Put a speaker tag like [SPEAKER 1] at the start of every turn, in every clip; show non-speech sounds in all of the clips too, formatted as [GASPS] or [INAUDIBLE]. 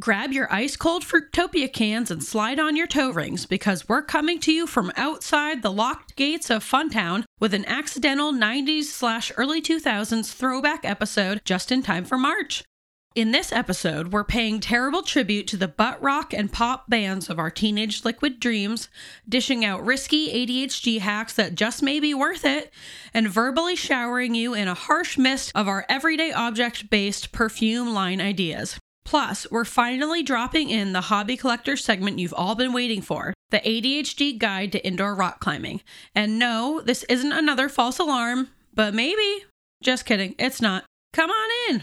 [SPEAKER 1] Grab your ice cold Fruitopia cans and slide on your toe rings because we're coming to you from outside the locked gates of Funtown with an accidental 90s slash early 2000s throwback episode just in time for March. In this episode, we're paying terrible tribute to the butt rock and pop bands of our teenage liquid dreams, dishing out risky ADHD hacks that just may be worth it, and verbally showering you in a harsh mist of our everyday object based perfume line ideas. Plus, we're finally dropping in the hobby collector segment you've all been waiting for the ADHD guide to indoor rock climbing. And no, this isn't another false alarm, but maybe. Just kidding, it's not. Come on in.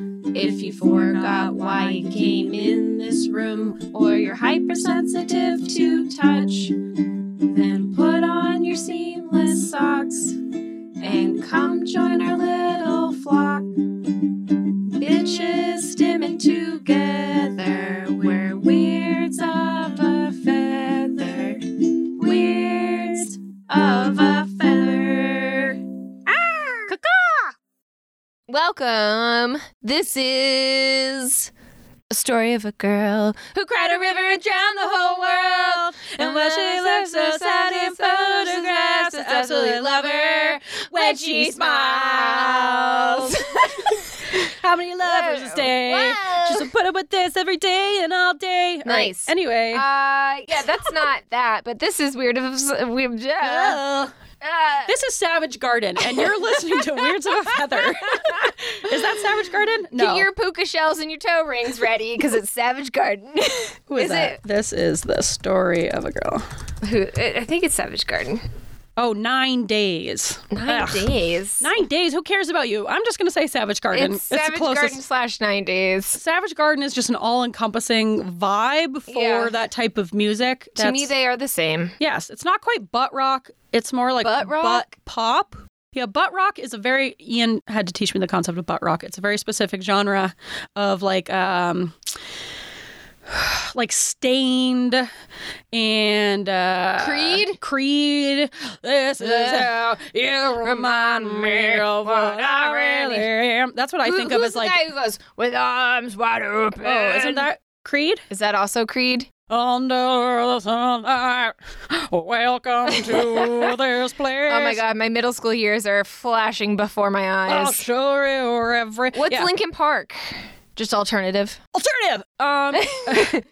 [SPEAKER 2] if you forgot why you came in this room or you're hypersensitive to touch, then put on your seamless socks and come join our little flock. Bitches stimming together, we're weirds of a feather. Weirds of a feather.
[SPEAKER 3] Welcome. This is a story of a girl who cried a river and drowned the whole world. And while she looks so sad in photographs, it's absolutely love her when she
[SPEAKER 2] [LAUGHS]
[SPEAKER 3] smiles.
[SPEAKER 4] How many lovers this day? She's
[SPEAKER 3] Whoa.
[SPEAKER 4] gonna put up with this every day and all day. All right,
[SPEAKER 3] Nice.
[SPEAKER 4] Anyway.
[SPEAKER 3] [LAUGHS] Uh, yeah, that's not that, but this is weird. Of weird. Uh,
[SPEAKER 4] Ugh.
[SPEAKER 3] uh,
[SPEAKER 4] This is Savage Garden, and
[SPEAKER 3] [LAUGHS]
[SPEAKER 4] you're listening to Weirds of a Feather. [LAUGHS] is that Savage Garden? No.
[SPEAKER 3] Get your puka shells and your toe rings ready because it's Savage Garden. [LAUGHS]
[SPEAKER 4] Who is,
[SPEAKER 3] is
[SPEAKER 4] that? This is the story of a girl.
[SPEAKER 3] it? Who? I I think it's Savage Garden.
[SPEAKER 4] Oh, nine days.
[SPEAKER 3] Nine
[SPEAKER 4] Ugh.
[SPEAKER 3] days.
[SPEAKER 4] Nine days. Who cares about you? I'm just gonna say Savage Garden.
[SPEAKER 3] It's Savage
[SPEAKER 4] the closest.
[SPEAKER 3] Garden slash nine days.
[SPEAKER 4] Savage Garden is just an all-encompassing vibe for
[SPEAKER 3] Yeah.
[SPEAKER 4] that type of music.
[SPEAKER 3] To me,
[SPEAKER 4] That's-
[SPEAKER 3] they are the same.
[SPEAKER 4] Yes, it's not quite butt rock. It's more like
[SPEAKER 3] Butt rock?
[SPEAKER 4] pop. Yeah, butt rock is a very Ian had to teach me the concept of butt rock. It's a very specific genre of like um [SIGHS] like stained and uh
[SPEAKER 3] Creed?
[SPEAKER 4] Creed. This is how you remind me of what I really am. That's what I
[SPEAKER 3] Who-
[SPEAKER 4] think of
[SPEAKER 3] who's
[SPEAKER 4] as
[SPEAKER 3] the
[SPEAKER 4] like
[SPEAKER 3] guy who goes with arms wide open?
[SPEAKER 4] oh, isn't that Creed?
[SPEAKER 3] Is that also Creed?
[SPEAKER 4] Under the sunlight, welcome
[SPEAKER 3] [LAUGHS]
[SPEAKER 4] to this place.
[SPEAKER 3] Oh my God, my middle school years are flashing before my
[SPEAKER 4] I'll
[SPEAKER 3] eyes.
[SPEAKER 4] show you every.
[SPEAKER 3] Oh, What's
[SPEAKER 4] Yeah.
[SPEAKER 3] Lincoln Park? Just alternative.
[SPEAKER 4] alternative?
[SPEAKER 3] [LAUGHS]
[SPEAKER 4] Um,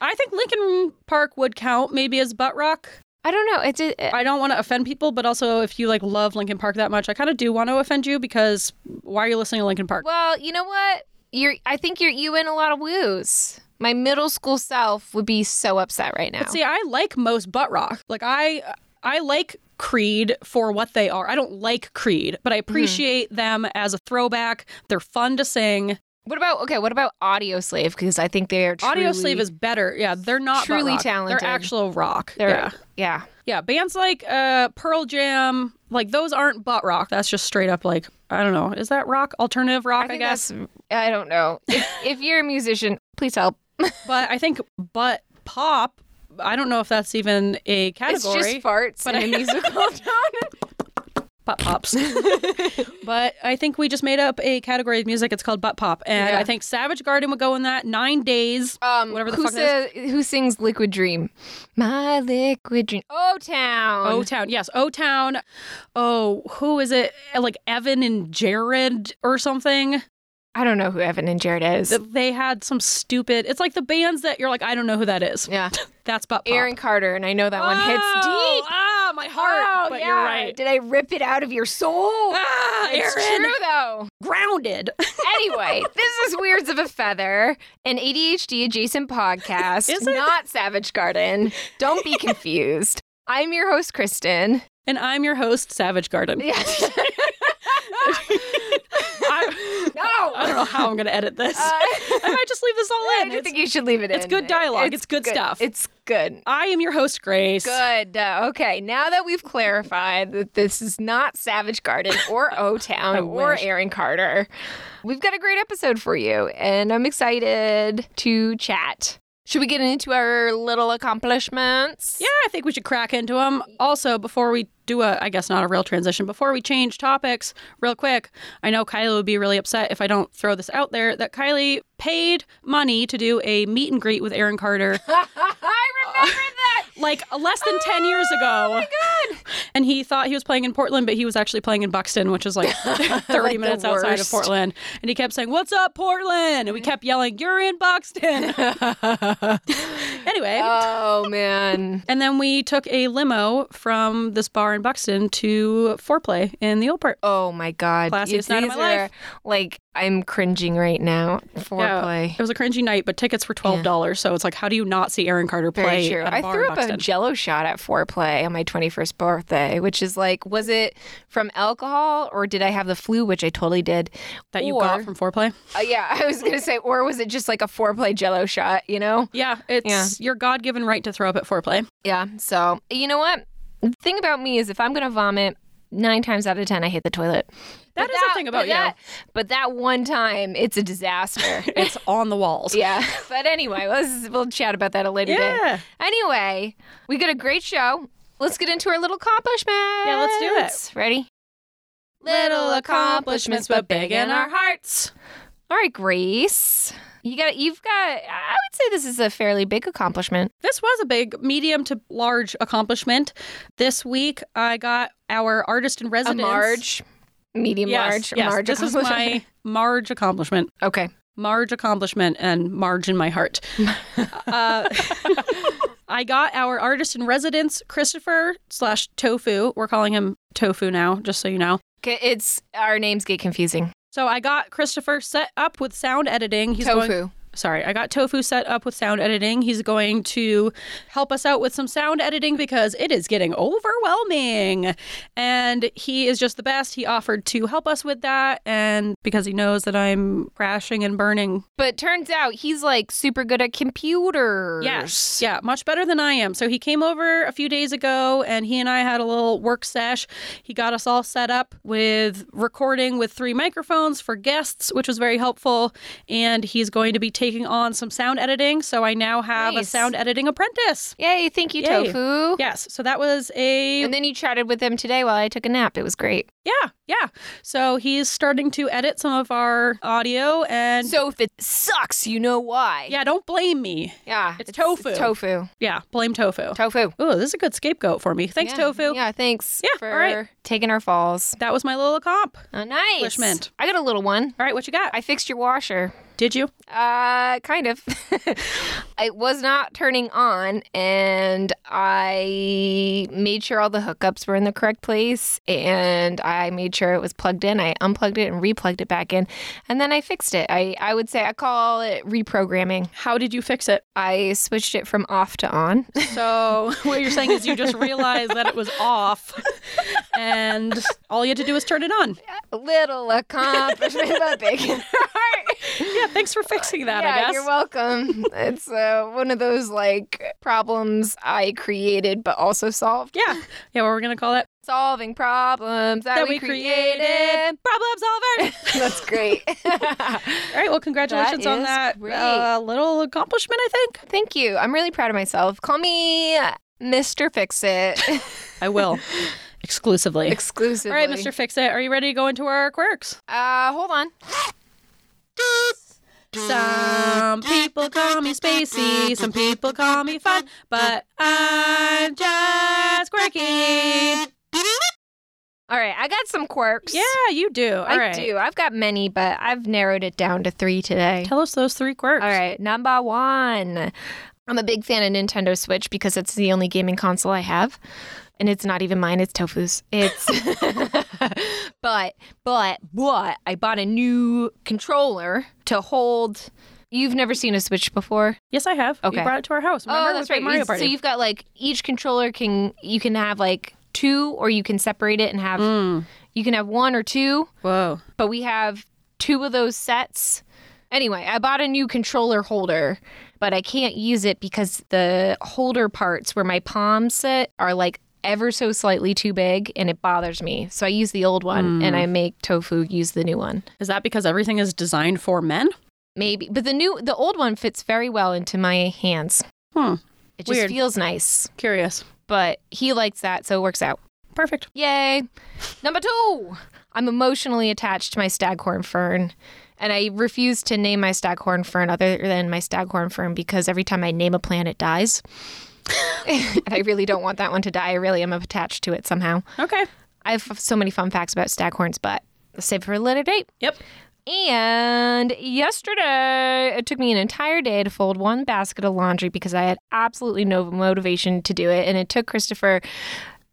[SPEAKER 4] I think Lincoln Park would count maybe as butt rock.
[SPEAKER 3] I don't know. It's a,
[SPEAKER 4] I don't want to offend people, but also if you like love Lincoln Park that much, I kind of do want to offend you because why are you listening to Lincoln Park?
[SPEAKER 3] well, you know what? You're. I think you're. You win a lot of woos. My middle school self would be so upset right now.
[SPEAKER 4] But see, I like most butt rock. Like I, I like Creed for what they are. I don't like Creed, but I
[SPEAKER 3] Mm-hmm.
[SPEAKER 4] appreciate them as a throwback. They're fun to sing.
[SPEAKER 3] what about okay? What about Audio Slave? Because I think they are. Truly,
[SPEAKER 4] Audio Slave is better. Yeah, they're not butt
[SPEAKER 3] truly
[SPEAKER 4] rock.
[SPEAKER 3] talented.
[SPEAKER 4] They're actual rock.
[SPEAKER 3] They're,
[SPEAKER 4] yeah,
[SPEAKER 3] yeah.
[SPEAKER 4] yeah. Bands like uh, Pearl Jam, like those aren't butt rock. That's just straight up like I don't know. Is that rock? Alternative rock, I,
[SPEAKER 3] think
[SPEAKER 4] guess.
[SPEAKER 3] that's- I don't know.
[SPEAKER 4] [LAUGHS]
[SPEAKER 3] If, if you're a musician, please help.
[SPEAKER 4] But I think butt pop. I don't know if that's even a category.
[SPEAKER 3] It's just farts
[SPEAKER 4] But
[SPEAKER 3] in a [LAUGHS] musical tone.
[SPEAKER 4] butt
[SPEAKER 3] [LAUGHS]
[SPEAKER 4] pops. but I think we just made up a category of music. It's called butt pop, and
[SPEAKER 3] Yeah.
[SPEAKER 4] I think Savage Garden would go in that. Nine Days,
[SPEAKER 3] Um,
[SPEAKER 4] whatever the
[SPEAKER 3] who
[SPEAKER 4] fuck that is.
[SPEAKER 3] sa- Who sings "Liquid Dream"? My liquid dream. O Town.
[SPEAKER 4] O Town, yes, O Town. Oh, who is it? Like Evan and Jared or something.
[SPEAKER 3] I don't know who Evan and Jared is.
[SPEAKER 4] Th- They had some stupid. It's like the bands that you're like, I don't know who that is. [LAUGHS]
[SPEAKER 3] yeah,
[SPEAKER 4] That's butt pop.
[SPEAKER 3] Aaron Carter, and I know that one hits
[SPEAKER 4] Oh,
[SPEAKER 3] deep.
[SPEAKER 4] Ah, my heart.
[SPEAKER 3] Oh,
[SPEAKER 4] but
[SPEAKER 3] yeah.
[SPEAKER 4] you're right.
[SPEAKER 3] Did I rip it out of your soul?
[SPEAKER 4] Ah,
[SPEAKER 3] it's
[SPEAKER 4] Aaron,
[SPEAKER 3] true though.
[SPEAKER 4] grounded. [LAUGHS]
[SPEAKER 3] Anyway, this is Weirds of a Feather, an ADHD adjacent podcast,
[SPEAKER 4] Is it?
[SPEAKER 3] not Savage Garden.
[SPEAKER 4] [LAUGHS]
[SPEAKER 3] Don't be confused. I'm your host, Kristen.
[SPEAKER 4] and I'm your
[SPEAKER 3] [LAUGHS]
[SPEAKER 4] host, Savage Garden.
[SPEAKER 3] Yes.
[SPEAKER 4] [LAUGHS] I-
[SPEAKER 3] [LAUGHS] no. Uh,
[SPEAKER 4] I don't
[SPEAKER 3] [LAUGHS]
[SPEAKER 4] know how I'm going to edit this. I might just leave this all
[SPEAKER 3] I
[SPEAKER 4] in.
[SPEAKER 3] just
[SPEAKER 4] Uh, It's-
[SPEAKER 3] think you should leave it in.
[SPEAKER 4] it's good dialogue. It's good stuff.
[SPEAKER 3] It's good.
[SPEAKER 4] I am your host, Grace.
[SPEAKER 3] Good. Uh, okay. Now that we've clarified that this is not
[SPEAKER 4] [LAUGHS]
[SPEAKER 3] Savage Garden or O Town or
[SPEAKER 4] wish.
[SPEAKER 3] Aaron Carter, we've got a great episode for you, and I'm excited to chat. Should we get into our little accomplishments?
[SPEAKER 4] Yeah, I think we should crack into them. Also, before we do a, I guess not a real transition, before we change topics, real quick, I know Kylie would be really upset if I don't throw this out there that Kylie paid money to do a meet and greet with Aaron Carter
[SPEAKER 3] [LAUGHS] I remember
[SPEAKER 4] [LAUGHS]
[SPEAKER 3] that.
[SPEAKER 4] like less than 10 years ago. Oh my God. And he thought he was playing in Portland, but he was actually playing in Buxton, which is
[SPEAKER 3] [LAUGHS]
[SPEAKER 4] like [LAUGHS] 30
[SPEAKER 3] Like the
[SPEAKER 4] minutes outside of
[SPEAKER 3] worst. Mm-hmm.
[SPEAKER 4] Portland. And he kept saying, What's up, Portland? And we kept yelling, You're in
[SPEAKER 3] [LAUGHS]
[SPEAKER 4] Buxton. [LAUGHS] anyway.
[SPEAKER 3] Oh man.
[SPEAKER 4] And then we took a limo from this bar in Buxton to foreplay in the old part.
[SPEAKER 3] Oh my god.
[SPEAKER 4] Classiest night of
[SPEAKER 3] These
[SPEAKER 4] my life.
[SPEAKER 3] are- Like I'm cringing right now. Foreplay.
[SPEAKER 4] It was a cringy night, but tickets were twelve dollars. So it's like, how do you not see Aaron Carter
[SPEAKER 3] Very
[SPEAKER 4] play?
[SPEAKER 3] true.
[SPEAKER 4] at a
[SPEAKER 3] I
[SPEAKER 4] bar
[SPEAKER 3] threw
[SPEAKER 4] in
[SPEAKER 3] up a
[SPEAKER 4] Buxton?
[SPEAKER 3] jello shot at foreplay on my 21st birthday, which is like, was it from alcohol or did I have the flu, which I totally did?
[SPEAKER 4] that you
[SPEAKER 3] or,
[SPEAKER 4] got from foreplay.
[SPEAKER 3] Uh, yeah, [LAUGHS] I was going to say, or was it just like a foreplay jello shot, you know?
[SPEAKER 4] Yeah, it's your God given right to throw up at foreplay.
[SPEAKER 3] Yeah. So, you know what? The thing about me is if I'm going to vomit, nine times out of 10, I hit the toilet.
[SPEAKER 4] That is the thing about
[SPEAKER 3] but
[SPEAKER 4] you.
[SPEAKER 3] That, but that one time, it's a
[SPEAKER 4] [LAUGHS]
[SPEAKER 3] disaster. [LAUGHS]
[SPEAKER 4] It's on the walls.
[SPEAKER 3] yeah. But anyway, let's, we'll chat about that a later day.
[SPEAKER 4] Yeah.
[SPEAKER 3] Anyway, we got a great show. Let's get into our little accomplishments.
[SPEAKER 4] Yeah, let's do it.
[SPEAKER 3] Ready?
[SPEAKER 4] hearts.
[SPEAKER 3] All right, Grace. You got. You've got. I would say this is a fairly big accomplishment.
[SPEAKER 4] This was a big, medium to large accomplishment. This week, I got our artist in residence.
[SPEAKER 3] A Marge, medium
[SPEAKER 4] Yes,
[SPEAKER 3] large, a
[SPEAKER 4] yes.
[SPEAKER 3] Marge.
[SPEAKER 4] This is my
[SPEAKER 3] accomplishment. [LAUGHS]
[SPEAKER 4] Marge accomplishment.
[SPEAKER 3] Okay.
[SPEAKER 4] Marge accomplishment and Marge in my
[SPEAKER 3] [LAUGHS]
[SPEAKER 4] heart. uh, [LAUGHS] I got our artist in residence, Christopher slash Tofu. We're calling him Tofu now, just so you know.
[SPEAKER 3] Okay. It's our names get confusing.
[SPEAKER 4] So I got Christopher set up with sound editing. He's
[SPEAKER 3] Tofu.
[SPEAKER 4] Going, sorry, I got Tofu set up with sound editing. He's going to help us out with some sound editing because it is getting overwhelming. And he is just the best. He offered to help us with that. And because he knows that I'm crashing and burning
[SPEAKER 3] but turns out he's like super good at computers.
[SPEAKER 4] Yes. Yeah, much better than I am. So he came over a few days ago and he and I had a little work sesh. He got us all set up with recording with three microphones for guests, which was very helpful. And he's going to be taking on some sound editing. So I now have
[SPEAKER 3] Nice.
[SPEAKER 4] a sound editing apprentice.
[SPEAKER 3] Yay! Thank you,
[SPEAKER 4] Yay.
[SPEAKER 3] Tofu.
[SPEAKER 4] Yes. So that was a
[SPEAKER 3] And then you chatted with him today while I took a nap. It was great.
[SPEAKER 4] yeah, yeah. So he's starting to edit some of our audio and
[SPEAKER 3] So if it sucks, you know why.
[SPEAKER 4] yeah, don't blame me.
[SPEAKER 3] Yeah.
[SPEAKER 4] It's tofu.
[SPEAKER 3] tofu.
[SPEAKER 4] Yeah, blame tofu.
[SPEAKER 3] Tofu.
[SPEAKER 4] Oh, this is a good scapegoat for me. Thanks,
[SPEAKER 3] Yeah.
[SPEAKER 4] tofu.
[SPEAKER 3] Yeah, thanks
[SPEAKER 4] Yeah,
[SPEAKER 3] for
[SPEAKER 4] all right.
[SPEAKER 3] taking our falls.
[SPEAKER 4] That was my little comp.
[SPEAKER 3] Oh, nice.
[SPEAKER 4] Accomplishment.
[SPEAKER 3] I got a little one.
[SPEAKER 4] All right, what you got?
[SPEAKER 3] I fixed your washer.
[SPEAKER 4] Did you?
[SPEAKER 3] Uh, kind of. [LAUGHS] it was not turning on, and I made sure all the hookups were in the correct place, and I made sure it was plugged in. I unplugged it and replugged it back in, and then I fixed it. I, I would say I call it reprogramming.
[SPEAKER 4] How did you fix it?
[SPEAKER 3] I switched it from off to on.
[SPEAKER 4] [LAUGHS]
[SPEAKER 3] [LAUGHS]
[SPEAKER 4] So, what you're saying is you just realized that it was off and all you had to do was turn it on.
[SPEAKER 3] little accomplishment, but big in her heart.
[SPEAKER 4] Yeah, thanks for fixing that,
[SPEAKER 3] yeah,
[SPEAKER 4] I guess. [LAUGHS]
[SPEAKER 3] you're welcome. It's uh, one of those like problems I created but also solved.
[SPEAKER 4] yeah. Yeah, what we're going to call it?
[SPEAKER 3] Solving problems that, we, created.
[SPEAKER 4] Problem solver. [LAUGHS]
[SPEAKER 3] That's great. [LAUGHS]
[SPEAKER 4] all right, well, congratulations on
[SPEAKER 3] is
[SPEAKER 4] that
[SPEAKER 3] great.
[SPEAKER 4] uh, little accomplishment, I think.
[SPEAKER 3] Thank you. I'm really proud of myself. Call me Mr.
[SPEAKER 4] [LAUGHS]
[SPEAKER 3] Fix It
[SPEAKER 4] I will. Exclusively.
[SPEAKER 3] exclusively.
[SPEAKER 4] all right, Mr. Fix It, are you ready to go into our quirks?
[SPEAKER 3] Uh, hold on.
[SPEAKER 4] Some people call me spacey, some people call me fun, but I'm just quirky.
[SPEAKER 3] All right, I got some quirks.
[SPEAKER 4] Yeah, you do. All
[SPEAKER 3] I
[SPEAKER 4] right.
[SPEAKER 3] do. I've got many, but I've narrowed it down to three today.
[SPEAKER 4] Tell us those three quirks.
[SPEAKER 3] All right, number one. I'm a big fan of Nintendo Switch because it's the only gaming console I have. And it's not even mine, it's Tofu's. It's [LAUGHS] but but but I bought a new controller to hold You've never seen a Switch before.
[SPEAKER 4] Yes, I have.
[SPEAKER 3] Okay.
[SPEAKER 4] You brought it to our house. Remember?
[SPEAKER 3] oh, that's
[SPEAKER 4] We played
[SPEAKER 3] right.
[SPEAKER 4] Mario
[SPEAKER 3] You-
[SPEAKER 4] Party.
[SPEAKER 3] So you've got like each controller can you can have like two or you can separate it and have
[SPEAKER 4] Mm.
[SPEAKER 3] you can have one or two,
[SPEAKER 4] Whoa.
[SPEAKER 3] but we have two of those sets. Anyway, I bought a new controller holder, but I can't use it because the holder parts where my palms sit are like ever so slightly too big and it bothers me. So I use the old one and I make Tofu use the new one.
[SPEAKER 4] Is that because everything is designed for men?
[SPEAKER 3] Maybe, but the new the old one fits very well into my hands.
[SPEAKER 4] Hmm.
[SPEAKER 3] It just
[SPEAKER 4] Weird.
[SPEAKER 3] feels nice.
[SPEAKER 4] Curious.
[SPEAKER 3] But he likes that, so it works out.
[SPEAKER 4] Perfect.
[SPEAKER 3] Yay. Number two, I'm emotionally attached to my staghorn fern. And I refuse to name my staghorn fern other than my staghorn fern because every time I name a plant, it dies. [LAUGHS] and I really don't want that one to die. I really am attached to it somehow.
[SPEAKER 4] Okay.
[SPEAKER 3] I have so many fun facts about staghorns, but I'll save it for a later date.
[SPEAKER 4] Yep.
[SPEAKER 3] And yesterday, it took me an entire day to fold one basket of laundry because I had absolutely no motivation to do it. And it took Christopher,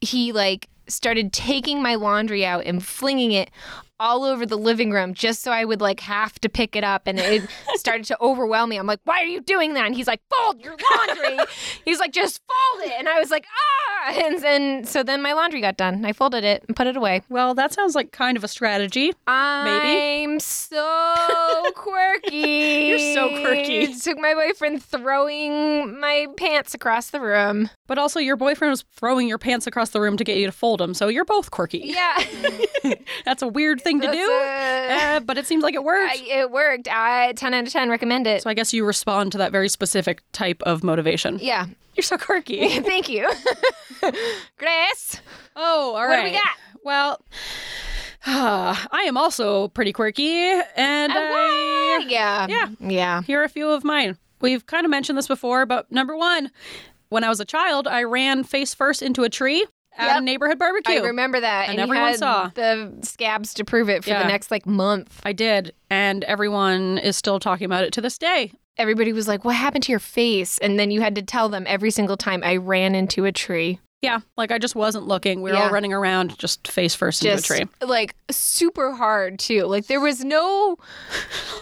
[SPEAKER 3] he like started taking my laundry out and flinging it all over the living room just so I would like have to pick it up. And it started to overwhelm me. I'm like, why are you doing that? And he's like, fold your laundry. he's like, just fold it. And I was like, ah. And, and so then my laundry got done. I folded it and put it away.
[SPEAKER 4] Well, that sounds like kind of a strategy. [LAUGHS]
[SPEAKER 3] I'm so quirky.
[SPEAKER 4] You're so quirky.
[SPEAKER 3] It took my boyfriend throwing my pants across the room.
[SPEAKER 4] But also, your boyfriend was throwing your pants across the room to get you to fold them, so you're both
[SPEAKER 3] [LAUGHS]
[SPEAKER 4] quirky.
[SPEAKER 3] Yeah.
[SPEAKER 4] That's a weird thing to
[SPEAKER 3] That's,
[SPEAKER 4] do,
[SPEAKER 3] uh,
[SPEAKER 4] uh, but it seems like it worked.
[SPEAKER 3] [LAUGHS] I- it worked. I 10 out of 10 recommend it.
[SPEAKER 4] so I guess you respond to that very specific type of motivation.
[SPEAKER 3] [LAUGHS] yeah.
[SPEAKER 4] You're so
[SPEAKER 3] [LAUGHS]
[SPEAKER 4] quirky.
[SPEAKER 3] Thank you. Grace.
[SPEAKER 4] Oh, all right.
[SPEAKER 3] What do we got?
[SPEAKER 4] Well, [SIGHS] I am also pretty quirky, and
[SPEAKER 3] Oh,
[SPEAKER 4] I-
[SPEAKER 3] Yeah.
[SPEAKER 4] Yeah.
[SPEAKER 3] Yeah.
[SPEAKER 4] here are a few of mine. We've kind of mentioned this before, but number one, when I was a child, I ran face first into a tree at
[SPEAKER 3] Yep.
[SPEAKER 4] a neighborhood barbecue.
[SPEAKER 3] I remember that.
[SPEAKER 4] And
[SPEAKER 3] you
[SPEAKER 4] everyone
[SPEAKER 3] had
[SPEAKER 4] saw.
[SPEAKER 3] the scabs to prove it for
[SPEAKER 4] Yeah.
[SPEAKER 3] the next like month.
[SPEAKER 4] I did, and everyone is still talking about it to this day.
[SPEAKER 3] Everybody was like, What happened to your face? And then you had to tell them every single time I ran into a tree.
[SPEAKER 4] Yeah, like I just wasn't looking. We were all
[SPEAKER 3] Yeah.
[SPEAKER 4] running around just face first into a
[SPEAKER 3] just
[SPEAKER 4] tree.
[SPEAKER 3] like super hard too. Like there was no,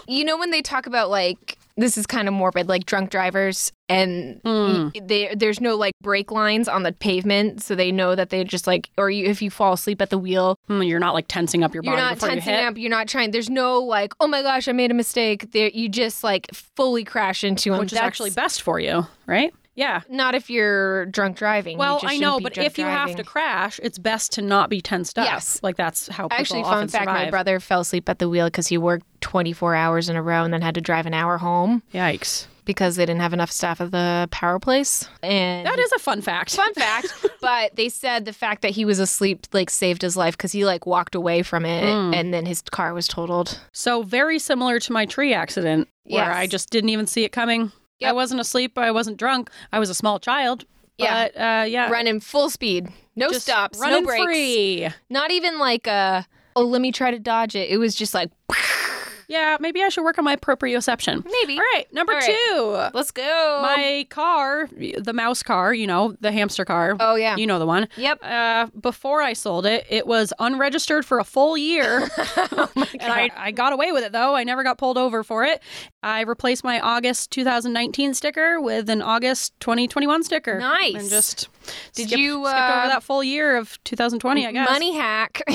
[SPEAKER 3] you know, when they talk about like this is kind of morbid, like drunk drivers and
[SPEAKER 4] Mm.
[SPEAKER 3] y- they, there's no like brake lines on the pavement, so they know that they just like or you, if you fall asleep at the wheel,
[SPEAKER 4] Mm, You're not like tensing up your body
[SPEAKER 3] you're not
[SPEAKER 4] before you
[SPEAKER 3] tensing
[SPEAKER 4] hit.
[SPEAKER 3] up, you're not trying. There's no like, oh my gosh, I made a mistake. There, you just like fully crash into them,
[SPEAKER 4] which is actually best for you, right? Yeah.
[SPEAKER 3] not if you're drunk driving. You
[SPEAKER 4] Well,
[SPEAKER 3] just
[SPEAKER 4] I
[SPEAKER 3] shouldn't
[SPEAKER 4] know,
[SPEAKER 3] be
[SPEAKER 4] but
[SPEAKER 3] drunk
[SPEAKER 4] if you have
[SPEAKER 3] driving.
[SPEAKER 4] to crash, it's best to not be tensed up.
[SPEAKER 3] Yes.
[SPEAKER 4] Like that's how people
[SPEAKER 3] Actually,
[SPEAKER 4] often
[SPEAKER 3] fun fact:
[SPEAKER 4] survive.
[SPEAKER 3] my brother fell asleep at the wheel because he worked 24 hours in a row and then had to drive an hour home
[SPEAKER 4] Yikes.
[SPEAKER 3] because they didn't have enough staff at the power place. And
[SPEAKER 4] That is a fun fact.
[SPEAKER 3] fun fact. [LAUGHS] but they said the fact that he was asleep like saved his life because he like walked away from it
[SPEAKER 4] Mm.
[SPEAKER 3] and then his car was totaled.
[SPEAKER 4] So very similar to my tree accident where
[SPEAKER 3] Yes.
[SPEAKER 4] I just didn't even see it coming. I
[SPEAKER 3] Yep.
[SPEAKER 4] wasn't asleep. I wasn't drunk. I was a small child.
[SPEAKER 3] Yeah.
[SPEAKER 4] But, uh, yeah.
[SPEAKER 3] Running full speed, no
[SPEAKER 4] Just
[SPEAKER 3] stops, no
[SPEAKER 4] running
[SPEAKER 3] brakes,
[SPEAKER 4] free.
[SPEAKER 3] not even like a oh let me try to dodge it. It was just like [LAUGHS]
[SPEAKER 4] Yeah, maybe I should work on my proprioception.
[SPEAKER 3] maybe.
[SPEAKER 4] All right, number
[SPEAKER 3] All right. Oh.
[SPEAKER 4] two.
[SPEAKER 3] Let's go.
[SPEAKER 4] My car, the mouse car, you know, the hamster car.
[SPEAKER 3] oh yeah.
[SPEAKER 4] You know the one. [LAUGHS]
[SPEAKER 3] Yep.
[SPEAKER 4] Uh, before I sold it, it was unregistered for a full
[SPEAKER 3] [LAUGHS]
[SPEAKER 4] year. and I, I got away with it, though. I never got pulled over for it. I replaced my August 2019 sticker with an August 2021 sticker.
[SPEAKER 3] Nice.
[SPEAKER 4] And just
[SPEAKER 3] Did
[SPEAKER 4] skip-
[SPEAKER 3] you,
[SPEAKER 4] skipped
[SPEAKER 3] uh,
[SPEAKER 4] over that full year of 2020, I guess.
[SPEAKER 3] Money hack.
[SPEAKER 4] [LAUGHS]
[SPEAKER 3] [LAUGHS]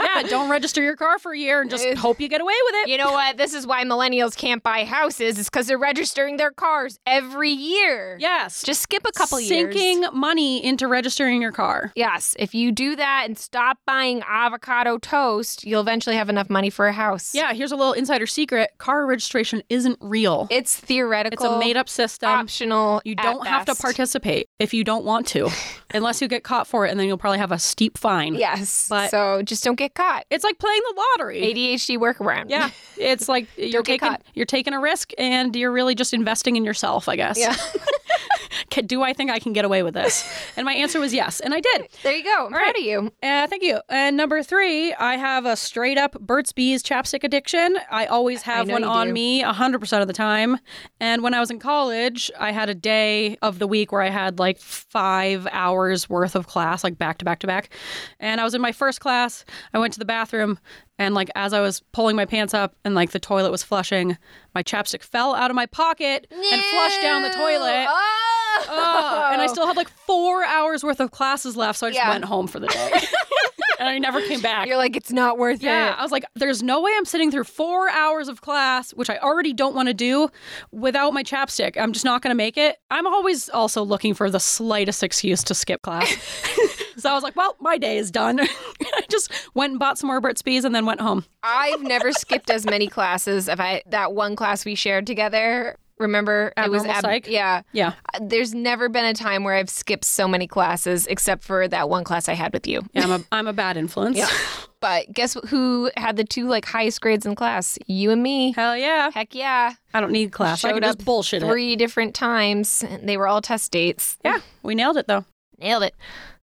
[SPEAKER 4] Yeah, don't register your car for a year and just
[SPEAKER 3] Uh,
[SPEAKER 4] hope you get away with it.
[SPEAKER 3] You know what? This is why millennials can't buy houses. Is because they're registering their cars every year.
[SPEAKER 4] Yes.
[SPEAKER 3] Just skip a couple years.
[SPEAKER 4] sinking money into registering your car.
[SPEAKER 3] Yes. If you do that and stop buying avocado toast, you'll eventually have enough money for a house.
[SPEAKER 4] Yeah, here's a little insider secret: car registration isn't real.
[SPEAKER 3] It's Ah,
[SPEAKER 4] It's
[SPEAKER 3] theoretical.
[SPEAKER 4] a made-up system.
[SPEAKER 3] optional.
[SPEAKER 4] you
[SPEAKER 3] at
[SPEAKER 4] don't have to
[SPEAKER 3] best.
[SPEAKER 4] participate if you don't want
[SPEAKER 3] [LAUGHS]
[SPEAKER 4] to, unless you get caught for it, and then you'll probably have a steep fine.
[SPEAKER 3] Yes.
[SPEAKER 4] But-
[SPEAKER 3] so just don't get caught.
[SPEAKER 4] it's like playing the lottery.
[SPEAKER 3] ADHD workaround. [LAUGHS]
[SPEAKER 4] Yeah, it's like you're
[SPEAKER 3] Don't get
[SPEAKER 4] taking
[SPEAKER 3] caught.
[SPEAKER 4] you're taking a risk, and you're really just investing in yourself, I guess.
[SPEAKER 3] Yeah.
[SPEAKER 4] [LAUGHS] Ca- Do I think I can get away with
[SPEAKER 3] [LAUGHS]
[SPEAKER 4] this? And my answer was yes, and I did.
[SPEAKER 3] There you go. I'm proud of you.
[SPEAKER 4] Uh, thank you. And number three, I have a straight up Burt's Bees chapstick addiction. I always have
[SPEAKER 3] know
[SPEAKER 4] one
[SPEAKER 3] you
[SPEAKER 4] on
[SPEAKER 3] do.
[SPEAKER 4] me 100% of the time. And when I was in college, I had a day of the week where I had like five hours worth of class, like back to back to back. And I was in my first class. I went to the bathroom. And like as I was pulling my pants up and like the toilet was flushing, my chapstick fell out of my pocket and flushed down the
[SPEAKER 3] No.
[SPEAKER 4] toilet.
[SPEAKER 3] Oh.
[SPEAKER 5] [LAUGHS]
[SPEAKER 4] Ah, and I still had like four hours worth of classes left, so I just
[SPEAKER 3] Yeah.
[SPEAKER 4] went home for the day.
[SPEAKER 5] [LAUGHS] and I never came back.
[SPEAKER 3] You're like, it's not worth
[SPEAKER 5] Yeah,
[SPEAKER 3] it.
[SPEAKER 5] I was like, there's no way I'm sitting through four hours of class, which I already don't want to do, without my chapstick. I'm just not going to make it. I'm always also looking for the slightest excuse to skip
[SPEAKER 3] [LAUGHS]
[SPEAKER 5] class. so I was like, well, my day is done. [LAUGHS] I just went and bought some more Burt's Bees and then went home.
[SPEAKER 3] I've never skipped as many classes. If I that one class we shared together, remember it was
[SPEAKER 5] Abnormal psych?
[SPEAKER 3] yeah.
[SPEAKER 5] Yeah.
[SPEAKER 3] Uh, There's never been a time where I've skipped so many classes except for that one class I had with you.
[SPEAKER 5] yeah I'm, a, I'm a bad influence.
[SPEAKER 3] But guess who had the two like highest grades in class? You and me.
[SPEAKER 5] [LAUGHS] Hell yeah.
[SPEAKER 3] Heck yeah.
[SPEAKER 5] I don't need class. I
[SPEAKER 3] Showed
[SPEAKER 5] can just
[SPEAKER 3] up
[SPEAKER 5] bullshit it.
[SPEAKER 3] Three different times. and They were all test dates.
[SPEAKER 5] Yeah, we nailed it though.
[SPEAKER 3] Nailed it.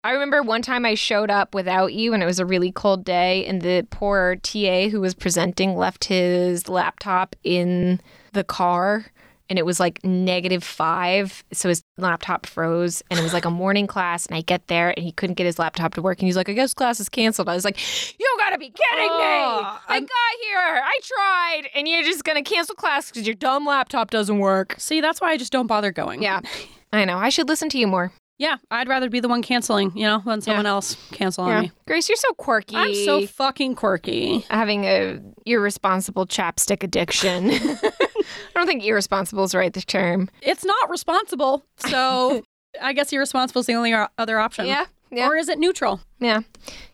[SPEAKER 3] I remember one time I showed up without you and it was a really cold day and the poor TA who was presenting left his laptop in the car and it was like negative 5 so his laptop froze and it was like a morning class and I get there and he couldn't get his laptop to work and he's like I guess class is canceled. I was like you got to be
[SPEAKER 5] Oh,
[SPEAKER 3] kidding me. I
[SPEAKER 5] I'm-
[SPEAKER 3] got here. I tried and you're just going to cancel class cuz your dumb laptop doesn't work.
[SPEAKER 5] See, that's why I just don't bother going.
[SPEAKER 3] Yeah. [LAUGHS] I know. I should listen to you more.
[SPEAKER 5] Yeah, I'd rather be the one canceling, you know, than someone else cancel on me.
[SPEAKER 3] Grace, you're so quirky.
[SPEAKER 5] I'm so fucking quirky.
[SPEAKER 3] having a irresponsible chapstick addiction. [LAUGHS] I don't think irresponsible is right the term.
[SPEAKER 5] It's not responsible.
[SPEAKER 3] [LAUGHS]
[SPEAKER 5] So I guess irresponsible is the only o- other option.
[SPEAKER 3] yeah,
[SPEAKER 5] Um, Or is it neutral?
[SPEAKER 3] yeah.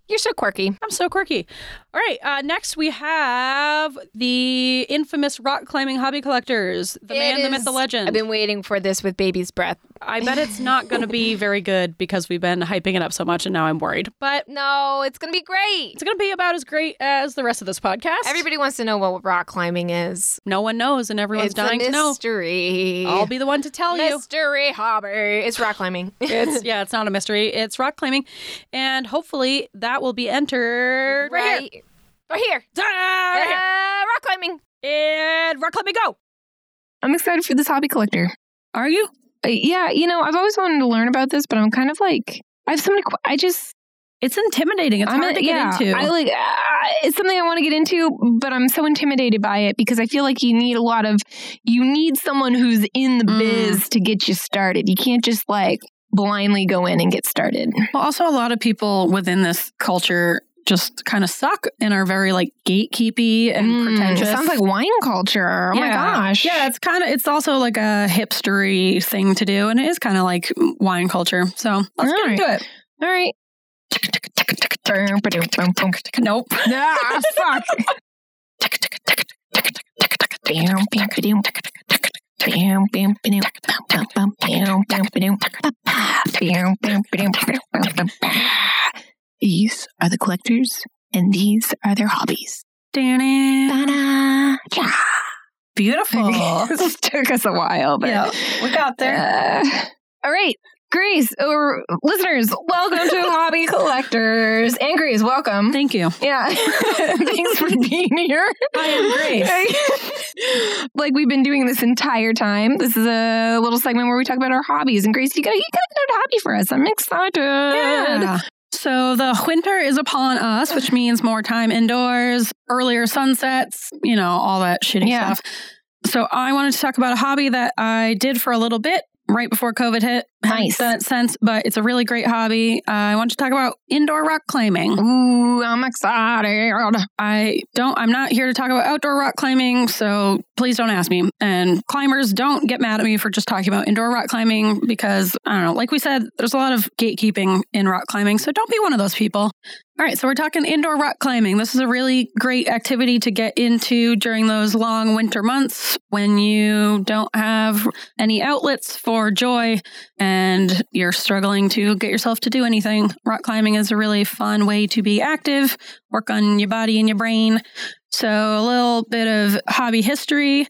[SPEAKER 3] You're so quirky.
[SPEAKER 5] I'm so quirky. All right. Uh, next, we have the infamous rock climbing hobby collectors the man, the myth, the legend.
[SPEAKER 3] I've been waiting for this with baby's breath.
[SPEAKER 5] I bet it's not going to
[SPEAKER 3] [LAUGHS]
[SPEAKER 5] be very good because we've been hyping it up so much and now I'm worried. But
[SPEAKER 3] No, it's gonna be great.
[SPEAKER 5] it's going to be about as great as the rest of this podcast.
[SPEAKER 3] Everybody wants to know what rock climbing is.
[SPEAKER 5] no one knows, and everyone's
[SPEAKER 3] it's
[SPEAKER 5] dying
[SPEAKER 3] a
[SPEAKER 5] to know.
[SPEAKER 3] mystery.
[SPEAKER 5] I'll be the one to tell you.
[SPEAKER 3] mystery hobby. It's rock climbing.
[SPEAKER 5] It's yeah, it's not a mystery. It's rock climbing, and hopefully that will be entered right, here.
[SPEAKER 3] right, right here.
[SPEAKER 5] Ta-da! Right here.
[SPEAKER 3] Uh, rock climbing.
[SPEAKER 5] And rock climbing, go.
[SPEAKER 6] I'm excited for this hobby collector. Are you? Uh, yeah, you know, I've always wanted to learn about this, but I'm kind of like, I have so many. Qu- I just,
[SPEAKER 4] It's intimidating. It's
[SPEAKER 6] I'm
[SPEAKER 4] hard
[SPEAKER 6] a-
[SPEAKER 4] to get
[SPEAKER 6] yeah,
[SPEAKER 4] into.
[SPEAKER 6] I like, ah, it's something I want to get into, but I'm so intimidated by it because I feel like you need a lot of, you need someone who's in the
[SPEAKER 4] Mm.
[SPEAKER 6] biz to get you started. You can't just like blindly go in and get started.
[SPEAKER 4] Well, also a lot of people within this culture just kind of suck and are very like gatekeepy and
[SPEAKER 6] Mm,
[SPEAKER 4] pretentious.
[SPEAKER 6] sounds like wine culture. Oh my
[SPEAKER 4] Yeah.
[SPEAKER 6] gosh.
[SPEAKER 4] yeah, it's kind of it's also like a hipstery thing to do, and it is kind of like wine culture. So let's
[SPEAKER 6] All
[SPEAKER 4] get into it.
[SPEAKER 6] All right.
[SPEAKER 4] Nope. [LAUGHS]
[SPEAKER 6] Ah, fuck. These are the collectors, and these are their hobbies.
[SPEAKER 4] Danny.
[SPEAKER 6] Ta-da! Yeah.
[SPEAKER 4] Beautiful.
[SPEAKER 6] [LAUGHS] this took us a while, but
[SPEAKER 4] [LAUGHS] yeah, we got there.
[SPEAKER 6] uh, all right, Grace or listeners, welcome
[SPEAKER 4] [LAUGHS]
[SPEAKER 6] to Hobby Collectors. And Grace, welcome.
[SPEAKER 4] Thank you.
[SPEAKER 6] Yeah, [LAUGHS] thanks for being here.
[SPEAKER 4] I am
[SPEAKER 6] Grace. [LAUGHS] like we've been doing this entire time. This is a little segment where we talk about our hobbies. And Grace, you got you got a good hobby for us. I'm excited.
[SPEAKER 4] Yeah. So the winter is upon us, which means more time indoors, earlier sunsets, you know, all that shitty
[SPEAKER 6] Yeah.
[SPEAKER 4] stuff. So I wanted to talk about a hobby that I did for a little bit right before COVID hit. Haven't
[SPEAKER 6] Nice.
[SPEAKER 4] done it since, but it's a really great hobby. Uh, I wanted to talk about indoor rock climbing.
[SPEAKER 6] Ooh, I'm excited.
[SPEAKER 4] I don't. I'm not here to talk about outdoor rock climbing, so please don't ask me. And climbers, don't get mad at me for just talking about indoor rock climbing because I don't know. Like we said, there's a lot of gatekeeping in rock climbing, so don't be one of those people. All right, so we're talking indoor rock climbing. This is a really great activity to get into during those long winter months when you don't have any outlets for joy and you're struggling to get yourself to do anything. Rock climbing is a really fun way to be active work on your body and your brain. So a little bit of hobby history.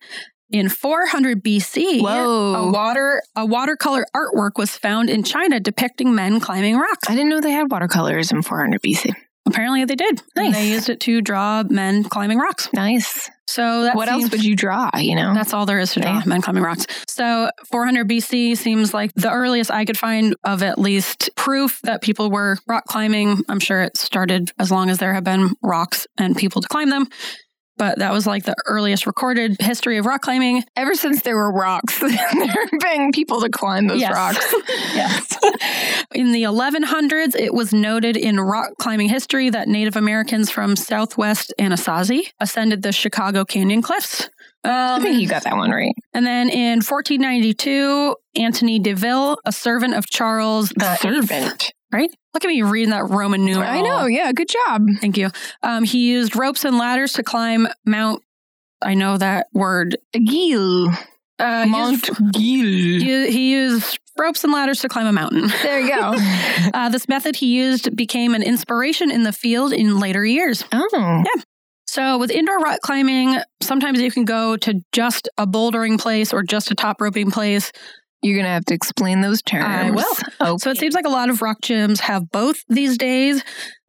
[SPEAKER 4] In 400 BC, a
[SPEAKER 6] Whoa.
[SPEAKER 4] water a watercolor artwork was found in China depicting men climbing rocks.
[SPEAKER 6] I didn't know they had watercolors in 400 BC.
[SPEAKER 4] Apparently, they did. And
[SPEAKER 6] Nice.
[SPEAKER 4] they used it to draw men climbing rocks.
[SPEAKER 6] Nice.
[SPEAKER 4] So that
[SPEAKER 6] what else
[SPEAKER 4] seems-
[SPEAKER 6] would you draw? You know,
[SPEAKER 4] That's all there is to draw
[SPEAKER 6] Yeah.
[SPEAKER 4] men climbing rocks. So 400 BC seems like the earliest I could find of at least proof that people were rock climbing. I'm sure it started as long as there have been rocks and people to climb them. but that was like the earliest recorded history of rock climbing.
[SPEAKER 3] Ever since there were
[SPEAKER 6] [LAUGHS]
[SPEAKER 3] rocks, there have been people to climb those
[SPEAKER 4] Yes.
[SPEAKER 3] rocks.
[SPEAKER 4] Yes. [LAUGHS] in the 1100s, it was noted in rock climbing history that Native Americans from southwest Anasazi ascended the Chicago Canyon cliffs.
[SPEAKER 3] I
[SPEAKER 4] Um,
[SPEAKER 3] think you got that one right.
[SPEAKER 4] and then in 1492, Anthony DeVille, a servant of Charles the Eighth-
[SPEAKER 3] Servant.
[SPEAKER 4] right? Look at me reading that Roman numeral.
[SPEAKER 3] I know. Yeah. Good job.
[SPEAKER 4] Thank you. Um, he used ropes and ladders to climb Mount. I know that word.
[SPEAKER 3] Gil.
[SPEAKER 4] Uh, he used-
[SPEAKER 3] Mount Gil.
[SPEAKER 4] he, he used ropes and ladders to climb a mountain.
[SPEAKER 3] There you go.
[SPEAKER 6] [LAUGHS]
[SPEAKER 4] Uh, this method he used became an inspiration in the field in later years.
[SPEAKER 3] oh.
[SPEAKER 4] So, with indoor rock climbing, sometimes you can go to just a bouldering place or just a top roping place.
[SPEAKER 3] You're going to have to explain those terms.
[SPEAKER 4] I will.
[SPEAKER 3] Oh.
[SPEAKER 4] So it seems like a lot of rock gyms have both these days,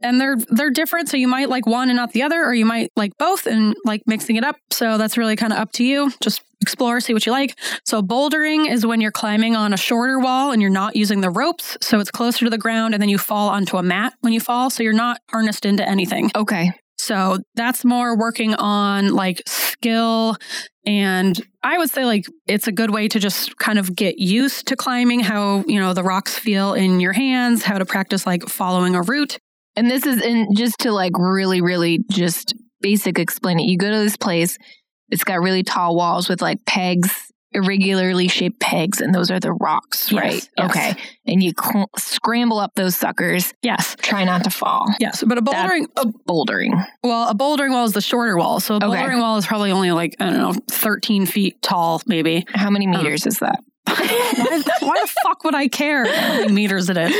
[SPEAKER 4] and they're they're different. So you might like one and not the other, or you might like both and like mixing it up. So that's really kind of up to you. Just explore, see what you like. So bouldering is when you're climbing on a shorter wall and you're not using the ropes, so it's closer to the ground, and then you fall onto a mat when you fall, so you're not harnessed into anything.
[SPEAKER 3] Oh, Okay.
[SPEAKER 4] So that's more working on like skill. And I would say, like, it's a good way to just kind of get used to climbing, how, you know, the rocks feel in your hands, how to practice like following a route.
[SPEAKER 3] And this is in just to like really, really just basic explain it. You go to this place, it's got really tall walls with like pegs, irregularly shaped pegs, and those are the rocks,
[SPEAKER 4] Yes,
[SPEAKER 3] right?
[SPEAKER 4] yes.
[SPEAKER 3] Okay. And you cl- scramble up those suckers,
[SPEAKER 4] Yes.
[SPEAKER 3] try not to fall.
[SPEAKER 4] Yes. But a
[SPEAKER 3] That-
[SPEAKER 4] bouldering, a,
[SPEAKER 3] Bouldering.
[SPEAKER 4] well, a bouldering wall is the shorter wall. So a
[SPEAKER 3] Okay.
[SPEAKER 4] bouldering wall is probably only like, I don't know, 13 feet tall, maybe.
[SPEAKER 3] How many meters is
[SPEAKER 4] [LAUGHS]
[SPEAKER 3] that? [LAUGHS]
[SPEAKER 4] Why, [LAUGHS] why the fuck would I care how many meters it is?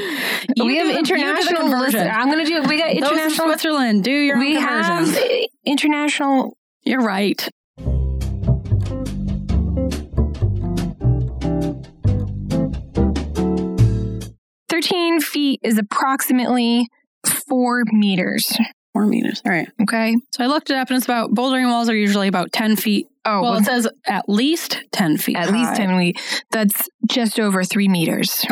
[SPEAKER 4] You
[SPEAKER 3] [LAUGHS] we
[SPEAKER 4] do
[SPEAKER 3] have
[SPEAKER 4] the- you do the
[SPEAKER 3] international
[SPEAKER 4] conversion.
[SPEAKER 3] listeners. I'm going to do We got
[SPEAKER 4] Those in
[SPEAKER 3] international.
[SPEAKER 4] Switzerland, do your
[SPEAKER 3] We
[SPEAKER 4] own conversions.
[SPEAKER 3] have uh, international.
[SPEAKER 4] You're right.
[SPEAKER 3] Thirteen feet is approximately four meters.
[SPEAKER 4] Four meters. All right.
[SPEAKER 3] Okay.
[SPEAKER 4] So I looked it up, and it's about bouldering walls are usually about ten feet.
[SPEAKER 3] Oh,
[SPEAKER 4] well, it says at least ten feet.
[SPEAKER 3] at least
[SPEAKER 4] high.
[SPEAKER 3] 10 we that's just over three meters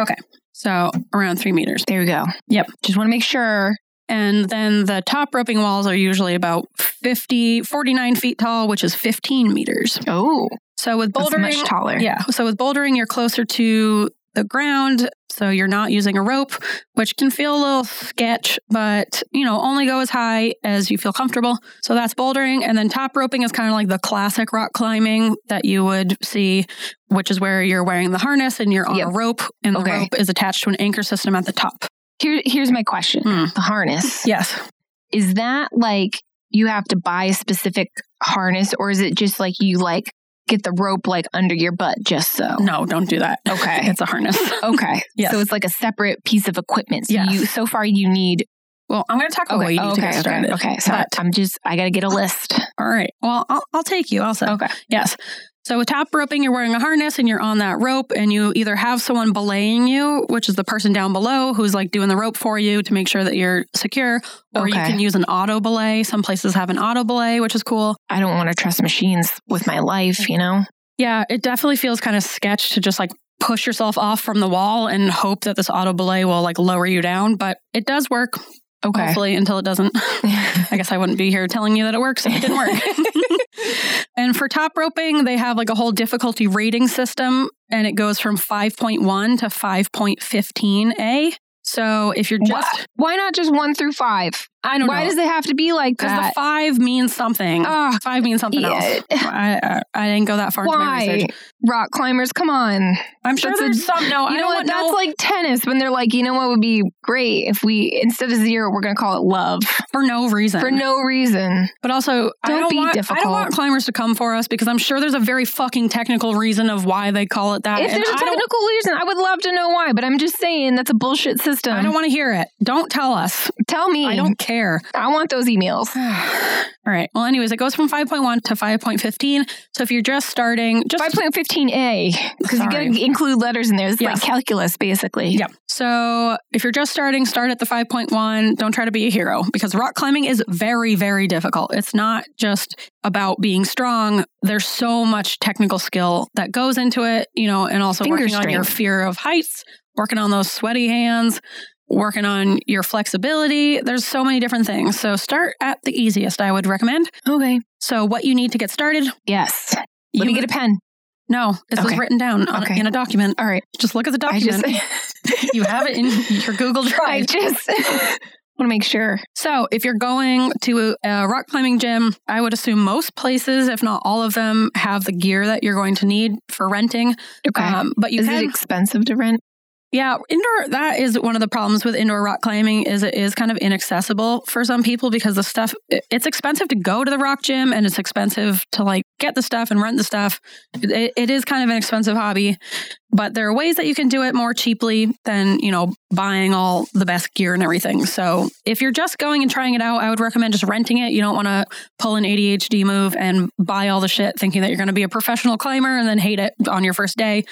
[SPEAKER 4] So around three meters.
[SPEAKER 3] there we go
[SPEAKER 4] Yep.
[SPEAKER 3] just want to make sure
[SPEAKER 4] And then the top roping walls are usually about 50, 49 feet tall, which is 15 meters.
[SPEAKER 3] oh
[SPEAKER 4] So with
[SPEAKER 3] that's
[SPEAKER 4] bouldering,
[SPEAKER 3] much taller
[SPEAKER 4] yeah. So with bouldering, you're closer to the ground. So you're not using a rope, which can feel a little sketch, but you know, only go as high as you feel comfortable. So that's bouldering. And then top roping is kind of like the classic rock climbing that you would see, which is where you're wearing the harness and you're on
[SPEAKER 3] Yep.
[SPEAKER 4] a rope and the
[SPEAKER 3] Okay.
[SPEAKER 4] rope is attached to an anchor system at the top.
[SPEAKER 3] Here, here's my question
[SPEAKER 4] Hmm. [LAUGHS]
[SPEAKER 3] the harness
[SPEAKER 4] Yes.
[SPEAKER 3] is that like you have to buy a specific harness or is it just like you like get the rope like under your butt just so
[SPEAKER 4] No, don't do that. [LAUGHS]
[SPEAKER 3] Oh. okay
[SPEAKER 4] It's a harness.
[SPEAKER 3] okay
[SPEAKER 4] Yes.
[SPEAKER 3] so it's like a separate piece of equipment so
[SPEAKER 4] Yes.
[SPEAKER 3] you so far you need
[SPEAKER 4] Well, I'm going to talk about what you need to get started.
[SPEAKER 3] Oh, okay okay sorry
[SPEAKER 4] But-
[SPEAKER 3] i'm just i gotta get a list
[SPEAKER 4] All right. Well, I'll, I'll take you. I'll say.
[SPEAKER 3] okay
[SPEAKER 4] Yes. So with top roping, you're wearing a harness and you're on that rope, and you either have someone belaying you, which is the person down below who's like doing the rope for you to make sure that you're secure, or you
[SPEAKER 3] Okay.
[SPEAKER 4] can use an auto belay. Some places have an auto belay, which is cool.
[SPEAKER 3] i don't want to trust machines with my life you know
[SPEAKER 4] Yeah, it definitely feels kind of sketch to just like push yourself off from the wall and hope that this auto belay will like lower you down, but it does work
[SPEAKER 3] okay
[SPEAKER 4] [LAUGHS] hopefully until it doesn't. I guess I wouldn't be here telling you that it works if it didn't
[SPEAKER 3] [LAUGHS]
[SPEAKER 4] work. and for top roping, they have like a whole difficulty rating system and it goes from 5.1 to 5.15A. So if you're
[SPEAKER 3] Wha-
[SPEAKER 4] just,
[SPEAKER 3] Why not just one through five?
[SPEAKER 4] I don't
[SPEAKER 3] Why
[SPEAKER 4] know.
[SPEAKER 3] does it have to be like
[SPEAKER 4] Because the
[SPEAKER 3] that?
[SPEAKER 4] five means something.
[SPEAKER 3] Ah,
[SPEAKER 4] five means something
[SPEAKER 3] yeah.
[SPEAKER 4] else. I, I, I didn't go that far into my
[SPEAKER 3] why?
[SPEAKER 4] research.
[SPEAKER 3] Rock climbers, come on.
[SPEAKER 4] I'm sure
[SPEAKER 3] That's a-
[SPEAKER 4] there's some. No,
[SPEAKER 3] you
[SPEAKER 4] I
[SPEAKER 3] know
[SPEAKER 4] don't
[SPEAKER 3] what? That's
[SPEAKER 4] know.
[SPEAKER 3] like tennis when they're like, you know what would be great if we, instead of zero, we're going to call it love
[SPEAKER 4] for no reason.
[SPEAKER 3] for no reason.
[SPEAKER 4] But also, I
[SPEAKER 3] Don't
[SPEAKER 4] don't
[SPEAKER 3] be
[SPEAKER 4] want I don't
[SPEAKER 3] difficult.
[SPEAKER 4] want climbers to come for us because I'm sure there's a very fucking technical reason of why they call it that.
[SPEAKER 3] if
[SPEAKER 4] and
[SPEAKER 3] there's a
[SPEAKER 4] I don't,
[SPEAKER 3] technical reason, I would love to know why, but I'm just saying that's a bullshit system.
[SPEAKER 4] I don't want to hear it. Don't tell us.
[SPEAKER 3] Tell me.
[SPEAKER 4] I don't care. [SIGHS]
[SPEAKER 3] I want those emails.
[SPEAKER 4] All right. Well, anyways, it goes from 5.1 to 5.15. So if you're just starting, just
[SPEAKER 3] 5.15a, because you got
[SPEAKER 4] Sorry.
[SPEAKER 3] to include letters in there. It's
[SPEAKER 4] Yes.
[SPEAKER 3] like calculus, basically.
[SPEAKER 4] Yeah. So if you're just starting, start at the 5.1. Don't try to be a hero because rock climbing is very, very difficult. It's not just about being strong. There's so much technical skill that goes into it, you know, and also
[SPEAKER 3] Finger
[SPEAKER 4] working on your
[SPEAKER 3] strength.
[SPEAKER 4] fear of heights, working on those sweaty hands. working on your flexibility. There's so many different things. So start at the easiest, I would recommend.
[SPEAKER 3] Okay.
[SPEAKER 4] So, what you need to get started,
[SPEAKER 3] Yes. Let me
[SPEAKER 4] you
[SPEAKER 3] get a pen.
[SPEAKER 4] No, this
[SPEAKER 3] Okay.
[SPEAKER 4] is written down on,
[SPEAKER 3] Okay.
[SPEAKER 4] in a document.
[SPEAKER 3] All right.
[SPEAKER 4] Just look at the
[SPEAKER 3] I
[SPEAKER 4] document.
[SPEAKER 3] just
[SPEAKER 4] you have it in your Google
[SPEAKER 3] [LAUGHS] I
[SPEAKER 4] Drive.
[SPEAKER 3] just [LAUGHS] want to make sure.
[SPEAKER 4] So, if you're going to a rock climbing gym, I would assume most places, if not all of them, have the gear that you're going to need for renting.
[SPEAKER 3] Okay.
[SPEAKER 4] Um, but you
[SPEAKER 3] Is
[SPEAKER 4] can,
[SPEAKER 3] it expensive to rent?
[SPEAKER 4] yeah, indoor. That is one of the problems with indoor rock climbing is it is kind of inaccessible for some people because the stuff it- it's expensive to go to the rock gym and it's expensive to like get the stuff and rent the stuff. It, it is kind of an expensive hobby, but there are ways that you can do it more cheaply than you know buying all the best gear and everything. So if you're just going and trying it out, I would recommend just renting it. You don't want to pull an ADHD move and buy all the shit thinking that you're going to be a professional climber and then hate it on your first day.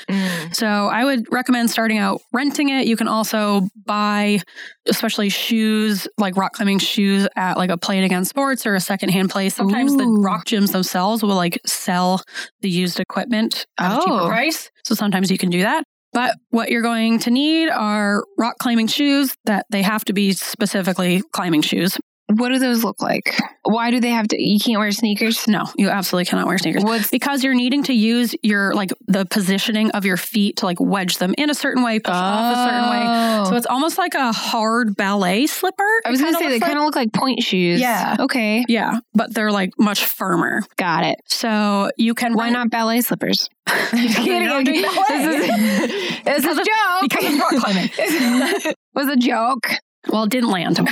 [SPEAKER 4] So I would recommend starting out renting it. You can also buy, especially shoes, like rock climbing shoes at like a Play It Again Sports or a secondhand place. Sometimes the
[SPEAKER 3] Ooh.
[SPEAKER 4] rock gyms themselves will like sell the used equipment at a
[SPEAKER 3] Oh.
[SPEAKER 4] cheaper price. So sometimes you can do that. But what you're going to need are rock climbing shoes that they have to be specifically climbing shoes.
[SPEAKER 3] What do those look like? Why do they have to? You can't wear sneakers.
[SPEAKER 4] No, you absolutely cannot wear sneakers.
[SPEAKER 3] What's
[SPEAKER 4] because you're needing to use your like the positioning of your feet to like wedge them in a certain way, push off a certain way. So it's almost like a hard ballet slipper.
[SPEAKER 3] Oh. I was
[SPEAKER 4] It
[SPEAKER 3] gonna
[SPEAKER 4] kinda
[SPEAKER 3] say they
[SPEAKER 4] looks like.
[SPEAKER 3] kind of look like point shoes.
[SPEAKER 4] Yeah.
[SPEAKER 3] Okay.
[SPEAKER 4] Yeah, but they're like much firmer.
[SPEAKER 3] Got it.
[SPEAKER 4] So you can
[SPEAKER 3] Why
[SPEAKER 4] rent-
[SPEAKER 3] not
[SPEAKER 4] [LAUGHS]
[SPEAKER 3] ballet slippers? [LAUGHS] I'm
[SPEAKER 4] Because they're
[SPEAKER 3] kidding.
[SPEAKER 4] not
[SPEAKER 3] I'm
[SPEAKER 4] doing
[SPEAKER 3] kidding. This is, [LAUGHS] this is a joke.
[SPEAKER 4] because of rock climbing.
[SPEAKER 3] This [LAUGHS] was a joke.
[SPEAKER 4] Well, it didn't land.
[SPEAKER 3] [LAUGHS]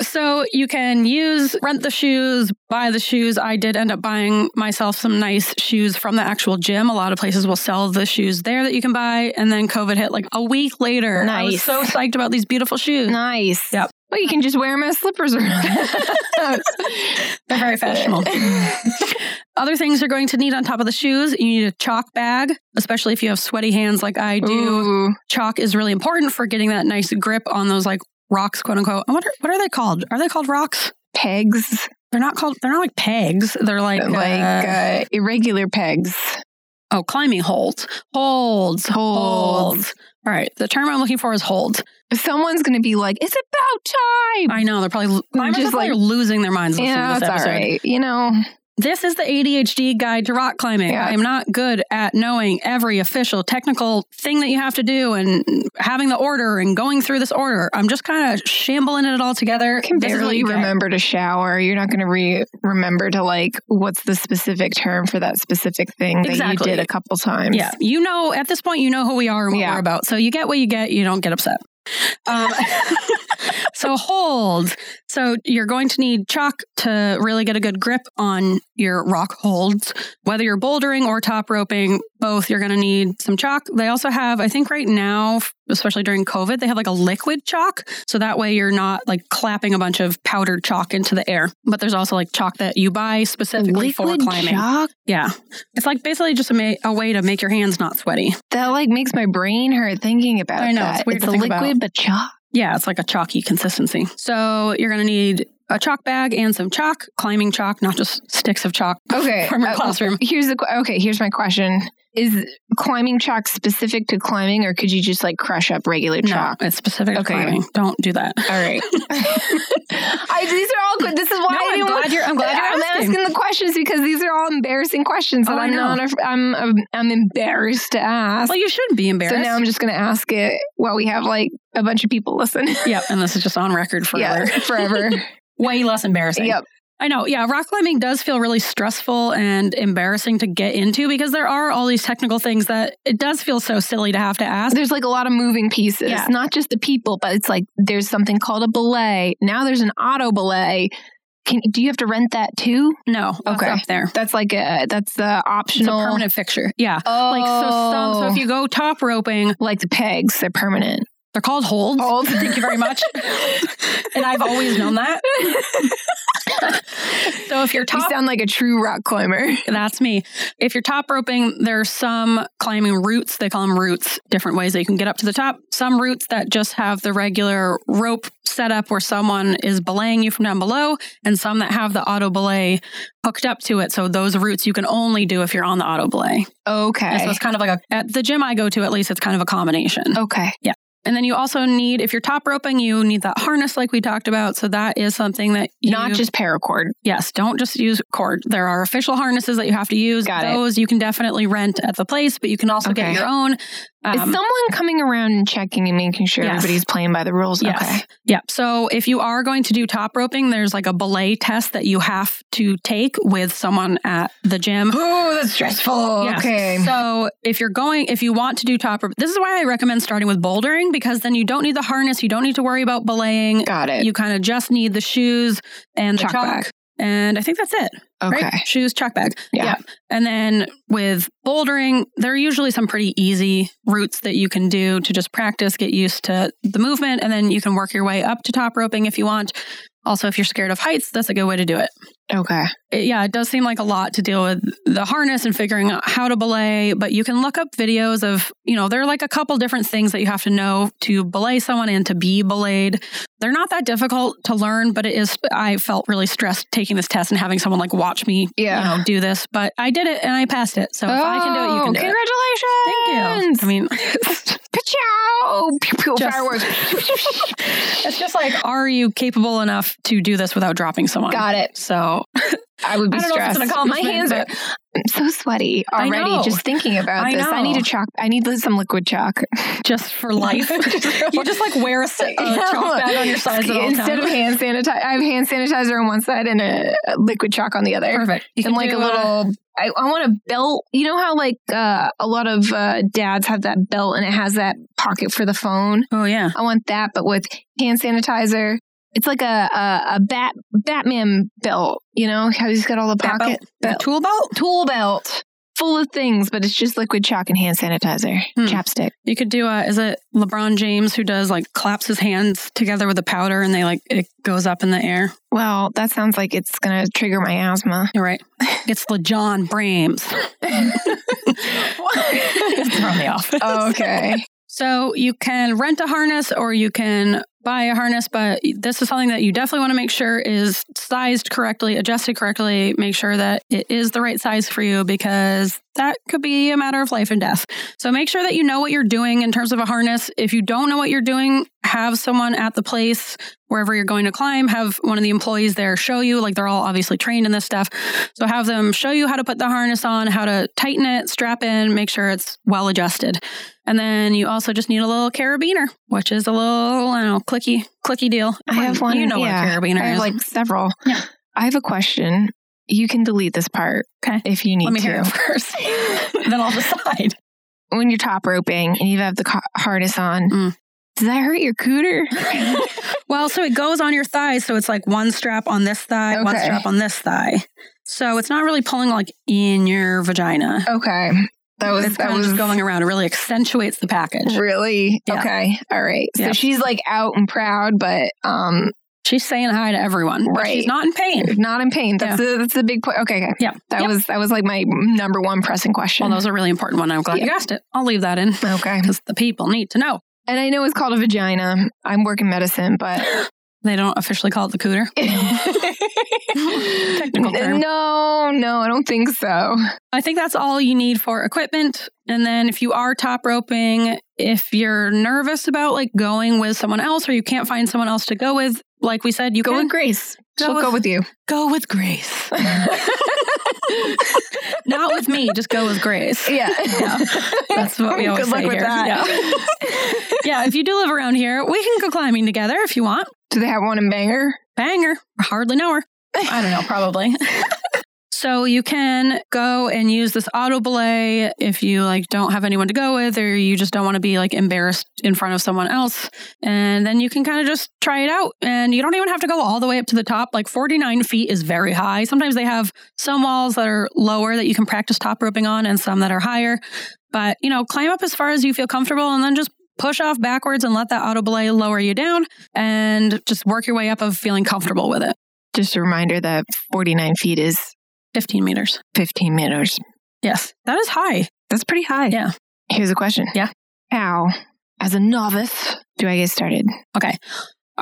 [SPEAKER 4] so you can use rent the shoes, buy the shoes. I did end up buying myself some nice shoes from the actual gym. A lot of places will sell the shoes there that you can buy. And then COVID hit like a week later. I was
[SPEAKER 3] Nice.
[SPEAKER 4] so psyched about these beautiful shoes.
[SPEAKER 3] Nice.
[SPEAKER 4] Yep.
[SPEAKER 3] Well, you can just wear them as slippers around.
[SPEAKER 4] [LAUGHS] They're very fashionable. [LAUGHS] Other things you're going to need on top of the shoes, you need a chalk bag, especially if you have sweaty hands like I do.
[SPEAKER 3] Ooh.
[SPEAKER 4] Chalk is really important for getting that nice grip on those like rocks, quote unquote. I wonder what are they called? Are they called rocks?
[SPEAKER 3] Pegs,
[SPEAKER 4] They're not called. They're not like pegs. They're like
[SPEAKER 3] like
[SPEAKER 4] uh,
[SPEAKER 3] uh, irregular pegs.
[SPEAKER 4] oh, climbing holds, holds,
[SPEAKER 3] Holds.
[SPEAKER 4] holds. All right, the term I'm looking for is holds.
[SPEAKER 3] Someone's gonna be like, "It's about time."
[SPEAKER 4] I know they're probably climbers
[SPEAKER 3] Just
[SPEAKER 4] are probably
[SPEAKER 3] like-
[SPEAKER 4] losing their minds listening
[SPEAKER 3] yeah,
[SPEAKER 4] to
[SPEAKER 3] it's
[SPEAKER 4] this
[SPEAKER 3] all
[SPEAKER 4] episode.
[SPEAKER 3] right. You know,
[SPEAKER 4] This is the ADHD guide to rock climbing.
[SPEAKER 3] Yeah.
[SPEAKER 4] I'm not good at knowing every official technical thing that you have to do and having the order and going through this order. I'm just kind of shambling it all together.
[SPEAKER 3] I can
[SPEAKER 4] This is what
[SPEAKER 3] barely
[SPEAKER 4] you get.
[SPEAKER 3] remember to shower. You're not going to re- remember to like what's the specific term for that specific thing that
[SPEAKER 4] Exactly.
[SPEAKER 3] you did a couple times.
[SPEAKER 4] Yeah, you know, at this point, you know who we are and what
[SPEAKER 3] Yeah.
[SPEAKER 4] we're about. So you get what you get. You don't get upset. Um, [LAUGHS] so hold. So you're going to need chalk to really get a good grip on your rock holds. Whether you're bouldering or top roping, both you're going to need some chalk. They also have, I think, right now, especially during COVID, they have like a liquid chalk, so that way you're not like clapping a bunch of powdered chalk into the air. But there's also like chalk that you buy specifically for
[SPEAKER 3] Liquid
[SPEAKER 4] climbing.
[SPEAKER 3] chalk
[SPEAKER 4] Yeah. It's like basically just a, ma- a way to make your hands not sweaty.
[SPEAKER 3] that like makes my brain hurt thinking about.
[SPEAKER 4] I know,
[SPEAKER 3] that.
[SPEAKER 4] it's weird to
[SPEAKER 3] a
[SPEAKER 4] think
[SPEAKER 3] liquid,
[SPEAKER 4] about.
[SPEAKER 3] but chalk.
[SPEAKER 4] Yeah, it's like a chalky consistency. So you're going to need a chalk bag and some chalk, climbing chalk, not just sticks of chalk [LAUGHS]
[SPEAKER 3] Okay,
[SPEAKER 4] from your
[SPEAKER 3] uh,
[SPEAKER 4] classroom.
[SPEAKER 3] Here's the que- okay. Here's my question: Is climbing chalk specific to climbing, or could you just like crush up regular
[SPEAKER 4] No,
[SPEAKER 3] chalk?
[SPEAKER 4] it's specific to
[SPEAKER 3] Okay.
[SPEAKER 4] climbing. Don't do that.
[SPEAKER 3] All
[SPEAKER 4] [LAUGHS]
[SPEAKER 3] right. [LAUGHS] I, these are all good. This is why
[SPEAKER 4] No,
[SPEAKER 3] I
[SPEAKER 4] I'm
[SPEAKER 3] didn't want-
[SPEAKER 4] glad you're, I'm glad
[SPEAKER 3] I'm
[SPEAKER 4] you're asking.
[SPEAKER 3] asking the questions because these are all embarrassing questions that
[SPEAKER 4] Oh, I
[SPEAKER 3] I'm
[SPEAKER 4] know.
[SPEAKER 3] not. af- I'm I'm I'm embarrassed to ask.
[SPEAKER 4] Well, you shouldn't be embarrassed.
[SPEAKER 3] so now I'm just going to ask it while we have like a bunch of people listen.
[SPEAKER 4] yep, and this is just on record forever.
[SPEAKER 3] [LAUGHS]
[SPEAKER 4] [LAUGHS]
[SPEAKER 3] yeah, forever.
[SPEAKER 4] Way less embarrassing.
[SPEAKER 3] yep.
[SPEAKER 4] I know. Yeah. Rock climbing does feel really stressful and embarrassing to get into because there are all these technical things that it does feel so silly to have to ask.
[SPEAKER 3] There's like a lot of moving pieces,
[SPEAKER 4] Yeah.
[SPEAKER 3] not just the people, but it's like there's something called a belay. Now there's an auto belay. Can do you have to rent that too?
[SPEAKER 4] No. that's
[SPEAKER 3] Okay.
[SPEAKER 4] Up there.
[SPEAKER 3] That's like a that's the
[SPEAKER 4] It's a
[SPEAKER 3] optional.
[SPEAKER 4] permanent fixture. Yeah.
[SPEAKER 3] Oh,
[SPEAKER 4] Like so some so if you go top roping,
[SPEAKER 3] like the pegs, they're
[SPEAKER 4] [LAUGHS]
[SPEAKER 3] permanent.
[SPEAKER 4] they're called holds. [LAUGHS]
[SPEAKER 3] Hold. [LAUGHS]
[SPEAKER 4] Thank you very much. Oh. and I've always known that. [LAUGHS] so if you're
[SPEAKER 3] You
[SPEAKER 4] top
[SPEAKER 3] sound like a true rock climber.
[SPEAKER 4] that's me. If you're top roping, there are some climbing routes, they call them routes, different ways that you can get up to the top. Some routes that just have the regular rope setup where someone is belaying you from down below, and some that have the auto belay hooked up to it. So those routes you can only do if you're on the auto belay.
[SPEAKER 3] Okay. Oh.
[SPEAKER 4] And So it's kind of like a, at the gym I go to, at least, it's kind of a combination.
[SPEAKER 3] Okay.
[SPEAKER 4] Yeah. And then you also need, if you're top roping, you need that harness like we talked about. So that is something that you,
[SPEAKER 3] Not just paracord.
[SPEAKER 4] yes, don't just use cord. There are official harnesses that you have to use.
[SPEAKER 3] Got it.
[SPEAKER 4] Those you can definitely rent at the place, but you can also
[SPEAKER 3] Okay.
[SPEAKER 4] get your own.
[SPEAKER 3] Is
[SPEAKER 4] Um,
[SPEAKER 3] someone coming around and checking and making sure
[SPEAKER 4] Yes.
[SPEAKER 3] everybody's playing by the rules?
[SPEAKER 4] Yes.
[SPEAKER 3] Okay.
[SPEAKER 4] Yeah. So if you are going to do top roping, there's like a belay test that you have to take with someone at the gym.
[SPEAKER 3] Oh, that's stressful.
[SPEAKER 4] Yes. So if you're going, if you want to do top rope, this is why I recommend starting with bouldering because then you don't need the harness, you don't need to worry about belaying.
[SPEAKER 3] Got it.
[SPEAKER 4] You kind of just need the shoes and the
[SPEAKER 3] Chalk
[SPEAKER 4] chalk.
[SPEAKER 3] bag.
[SPEAKER 4] And I think that's it.
[SPEAKER 3] okay.
[SPEAKER 4] Right? Shoes, chalk bag.
[SPEAKER 3] Yeah.
[SPEAKER 4] And then with bouldering, there are usually some pretty easy routes that you can do to just practice, get used to the movement, and then you can work your way up to top roping if you want. Also, if you're scared of heights, that's a good way to do it
[SPEAKER 3] Okay.
[SPEAKER 4] it- yeah, it does seem like a lot to deal with the harness and figuring out how to belay, but you can look up videos of, you know, there are like a couple different things that you have to know to belay someone and to be belayed. They're not that difficult to learn, but it is, I felt really stressed taking this test and having someone like watch me,
[SPEAKER 3] Yeah.
[SPEAKER 4] you know, do this, but I did it and I passed it. So if I can do it, you
[SPEAKER 3] Oh,
[SPEAKER 4] can do it. Thank you.
[SPEAKER 3] Congratulations.
[SPEAKER 4] I mean, [LAUGHS]
[SPEAKER 3] Pachow! Pew, pew,
[SPEAKER 4] Just-
[SPEAKER 3] fireworks.
[SPEAKER 4] [LAUGHS] it's just like, are you capable enough to do this without dropping someone?
[SPEAKER 3] Got it.
[SPEAKER 4] So
[SPEAKER 3] I would be
[SPEAKER 4] I don't know if it's
[SPEAKER 3] stressed.
[SPEAKER 4] an accomplishment,
[SPEAKER 3] My hands are. I'm so sweaty
[SPEAKER 4] I
[SPEAKER 3] already
[SPEAKER 4] know.
[SPEAKER 3] just thinking about
[SPEAKER 4] I
[SPEAKER 3] this. I need
[SPEAKER 4] know.
[SPEAKER 3] a chalk. I need some liquid chalk.
[SPEAKER 4] just for life, [LAUGHS] you just like wear a, s- a chalk bag on your sides at all
[SPEAKER 3] Instead
[SPEAKER 4] times.
[SPEAKER 3] of hand sanitizer, I have hand sanitizer on one side and a a liquid chalk on the other.
[SPEAKER 4] [LAUGHS] Perfect. You
[SPEAKER 3] and like a
[SPEAKER 4] do, uh,
[SPEAKER 3] little I, I want a belt you know how like uh, a lot of uh, dads have that belt and it has that pocket for the phone
[SPEAKER 4] oh yeah.
[SPEAKER 3] i want that but with hand sanitizer it's like a a, a bat batman belt you know how he's got all the
[SPEAKER 4] Bat
[SPEAKER 3] pocket
[SPEAKER 4] A
[SPEAKER 3] belt.
[SPEAKER 4] tool belt.
[SPEAKER 3] tool belt full of things but it's just liquid chalk and hand sanitizer
[SPEAKER 4] Hmm.
[SPEAKER 3] chapstick
[SPEAKER 4] You could do a. Is it LeBron James who does like claps his hands together with a powder and they like it goes up in the air?
[SPEAKER 3] well that sounds like it's gonna trigger my asthma
[SPEAKER 4] You're right. It's LeJon [LAUGHS] Brames. It's from the [LAUGHS] office.
[SPEAKER 3] okay
[SPEAKER 4] So you can rent a harness or you can buy a harness, but this is something that you definitely want to make sure is sized correctly, adjusted correctly. Make sure that it is the right size for you because that could be a matter of life and death. So make sure that you know what you're doing in terms of a harness. If you don't know what you're doing, have someone at the place wherever you're going to climb, have one of the employees there show you. Like they're all obviously trained in this stuff. So have them show you how to put the harness on, how to tighten it, strap in, make sure it's well adjusted. And then you also just need a little carabiner, which is a little, I don't know, clicky, clicky deal.
[SPEAKER 3] I have one,
[SPEAKER 4] You know
[SPEAKER 3] yeah.
[SPEAKER 4] what a carabiner
[SPEAKER 3] [LAUGHS] I have
[SPEAKER 4] is.
[SPEAKER 3] like several.
[SPEAKER 4] Yeah.
[SPEAKER 3] I have a question. You can delete this part
[SPEAKER 4] Okay.
[SPEAKER 3] if you need
[SPEAKER 4] Let me
[SPEAKER 3] to.
[SPEAKER 4] hear it [LAUGHS] first. then I'll decide.
[SPEAKER 3] When you're top roping and you have the co- harness on,
[SPEAKER 4] Mm.
[SPEAKER 3] does that hurt your cooter?
[SPEAKER 4] Well, so it goes on your thighs. So it's like one strap on this thigh, one
[SPEAKER 3] Okay.
[SPEAKER 4] strap on this thigh. So it's not really pulling like in your vagina.
[SPEAKER 3] okay. [LAUGHS] That was
[SPEAKER 4] it's
[SPEAKER 3] that
[SPEAKER 4] kind of
[SPEAKER 3] was
[SPEAKER 4] just going around. It really accentuates the package.
[SPEAKER 3] really
[SPEAKER 4] Yeah.
[SPEAKER 3] okay. All right. So
[SPEAKER 4] Yeah.
[SPEAKER 3] she's like out and proud, but um
[SPEAKER 4] She's saying hi to everyone. but
[SPEAKER 3] Right.
[SPEAKER 4] She's not in pain.
[SPEAKER 3] not in pain. That's the that's the big point. Okay, okay.
[SPEAKER 4] Yeah.
[SPEAKER 3] That
[SPEAKER 4] Yep.
[SPEAKER 3] was that was like my number one pressing question.
[SPEAKER 4] Well, that was a really important one. I'm glad you asked it. I'll leave that in
[SPEAKER 3] okay.
[SPEAKER 4] because the people need to know.
[SPEAKER 3] And I know it's called a vagina. I'm working medicine, but
[SPEAKER 4] They don't officially call it the cooter.
[SPEAKER 3] [LAUGHS]
[SPEAKER 4] Technical term.
[SPEAKER 3] No, no, I don't think so.
[SPEAKER 4] I think that's all you need for equipment. And then if you are top roping, if you're nervous about like going with someone else or you can't find someone else to go with, like we said, you
[SPEAKER 3] Go
[SPEAKER 4] can
[SPEAKER 3] with Grace.
[SPEAKER 4] Go
[SPEAKER 3] She'll
[SPEAKER 4] with-
[SPEAKER 3] go with you.
[SPEAKER 4] go with [LAUGHS] grace. Not with me, just go with grace.
[SPEAKER 3] Yeah.
[SPEAKER 4] [LAUGHS] Yeah. That's what we always
[SPEAKER 3] [LAUGHS] Good luck
[SPEAKER 4] say
[SPEAKER 3] with
[SPEAKER 4] here.
[SPEAKER 3] that.
[SPEAKER 4] Yeah, if you do live around here, we can go climbing together if you want.
[SPEAKER 3] [LAUGHS] Do they have one in Bangor?
[SPEAKER 4] banger. I Hardly know her. I don't know, probably. so you can go and use this auto belay if you like don't have anyone to go with or you just don't want to be like embarrassed in front of someone else. And then you can kind of just try it out. And you don't even have to go all the way up to the top. Like 49 feet is very high. Sometimes they have some walls that are lower that you can practice top roping on and some that are higher. But, you know, climb up as far as you feel comfortable and then just push off backwards and let that auto belay lower you down and just work your way up of feeling comfortable with it.
[SPEAKER 3] Just a reminder that 49 feet is
[SPEAKER 4] 15 meters.
[SPEAKER 3] 15 meters.
[SPEAKER 4] Yes, that is high.
[SPEAKER 3] That's pretty high.
[SPEAKER 4] Yeah.
[SPEAKER 3] Here's a question.
[SPEAKER 4] Yeah.
[SPEAKER 3] How, as a novice, do I get started?
[SPEAKER 4] All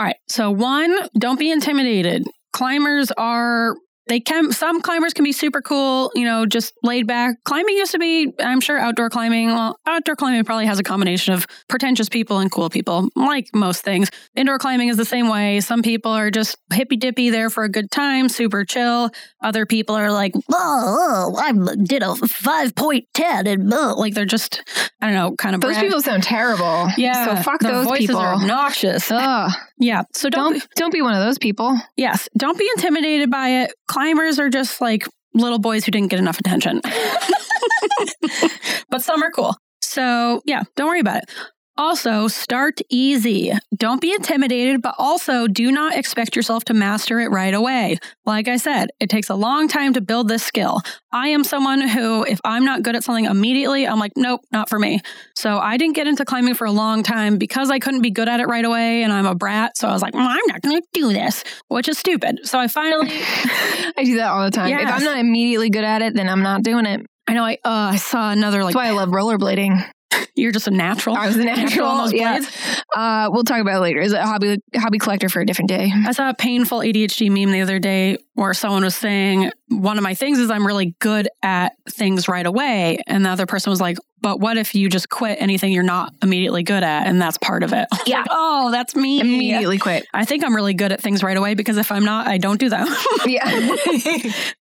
[SPEAKER 4] right. So, one, don't be intimidated. Climbers are they can some climbers can be super cool you know just laid back climbing used to be i'm sure outdoor climbing well outdoor climbing probably has a combination of pretentious people and cool people like most things indoor climbing is the same way some people are just hippy dippy there for a good time super chill other people are like oh, oh, i did a 5.10 and oh. like they're just i don't know kind of
[SPEAKER 3] Those
[SPEAKER 4] brag.
[SPEAKER 3] people sound terrible.
[SPEAKER 4] yeah
[SPEAKER 3] So fuck
[SPEAKER 4] their
[SPEAKER 3] those
[SPEAKER 4] voices
[SPEAKER 3] people.
[SPEAKER 4] are obnoxious
[SPEAKER 3] Ugh.
[SPEAKER 4] yeah so [LAUGHS] don't,
[SPEAKER 3] Don't
[SPEAKER 4] be-
[SPEAKER 3] don't be one of those
[SPEAKER 4] [LAUGHS]
[SPEAKER 3] people.
[SPEAKER 4] Yes, don't be intimidated by it. Climbers are just like little boys who didn't get enough attention. [LAUGHS] but some are cool. So, yeah, don't worry about it. Also, start easy. Don't be intimidated, but also do not expect yourself to master it right away. Like I said, it takes a long time to build this skill. I am someone who, if I'm not good at something immediately, I'm like, nope, not for me. So I didn't get into climbing for a long time because I couldn't be good at it right away and I'm a brat. So I was like, well, I'm not going to do this, which is stupid. So I finally,
[SPEAKER 3] I do that all the time. If
[SPEAKER 4] Yes.
[SPEAKER 3] I'm not immediately good at it, then I'm not doing it.
[SPEAKER 4] I know I, uh, I saw another like,
[SPEAKER 3] That's why I
[SPEAKER 4] [LAUGHS]
[SPEAKER 3] love rollerblading.
[SPEAKER 4] you're just a natural.
[SPEAKER 3] I was a natural.
[SPEAKER 4] on those
[SPEAKER 3] yeah.
[SPEAKER 4] blades.
[SPEAKER 3] Uh, we'll talk about it later. Is it a hobby hobby collector for a different day?
[SPEAKER 4] I saw a painful ADHD meme the other day where someone was saying, one of my things is I'm really good at things right away. And the other person was like, but what if you just quit anything you're not immediately good at? And that's part of it. [LAUGHS]
[SPEAKER 3] Yeah.
[SPEAKER 4] like, oh, that's me. [LAUGHS]
[SPEAKER 3] Immediately quit.
[SPEAKER 4] I think I'm really good at things right away because if I'm not, I don't do them. [LAUGHS]
[SPEAKER 3] Yeah.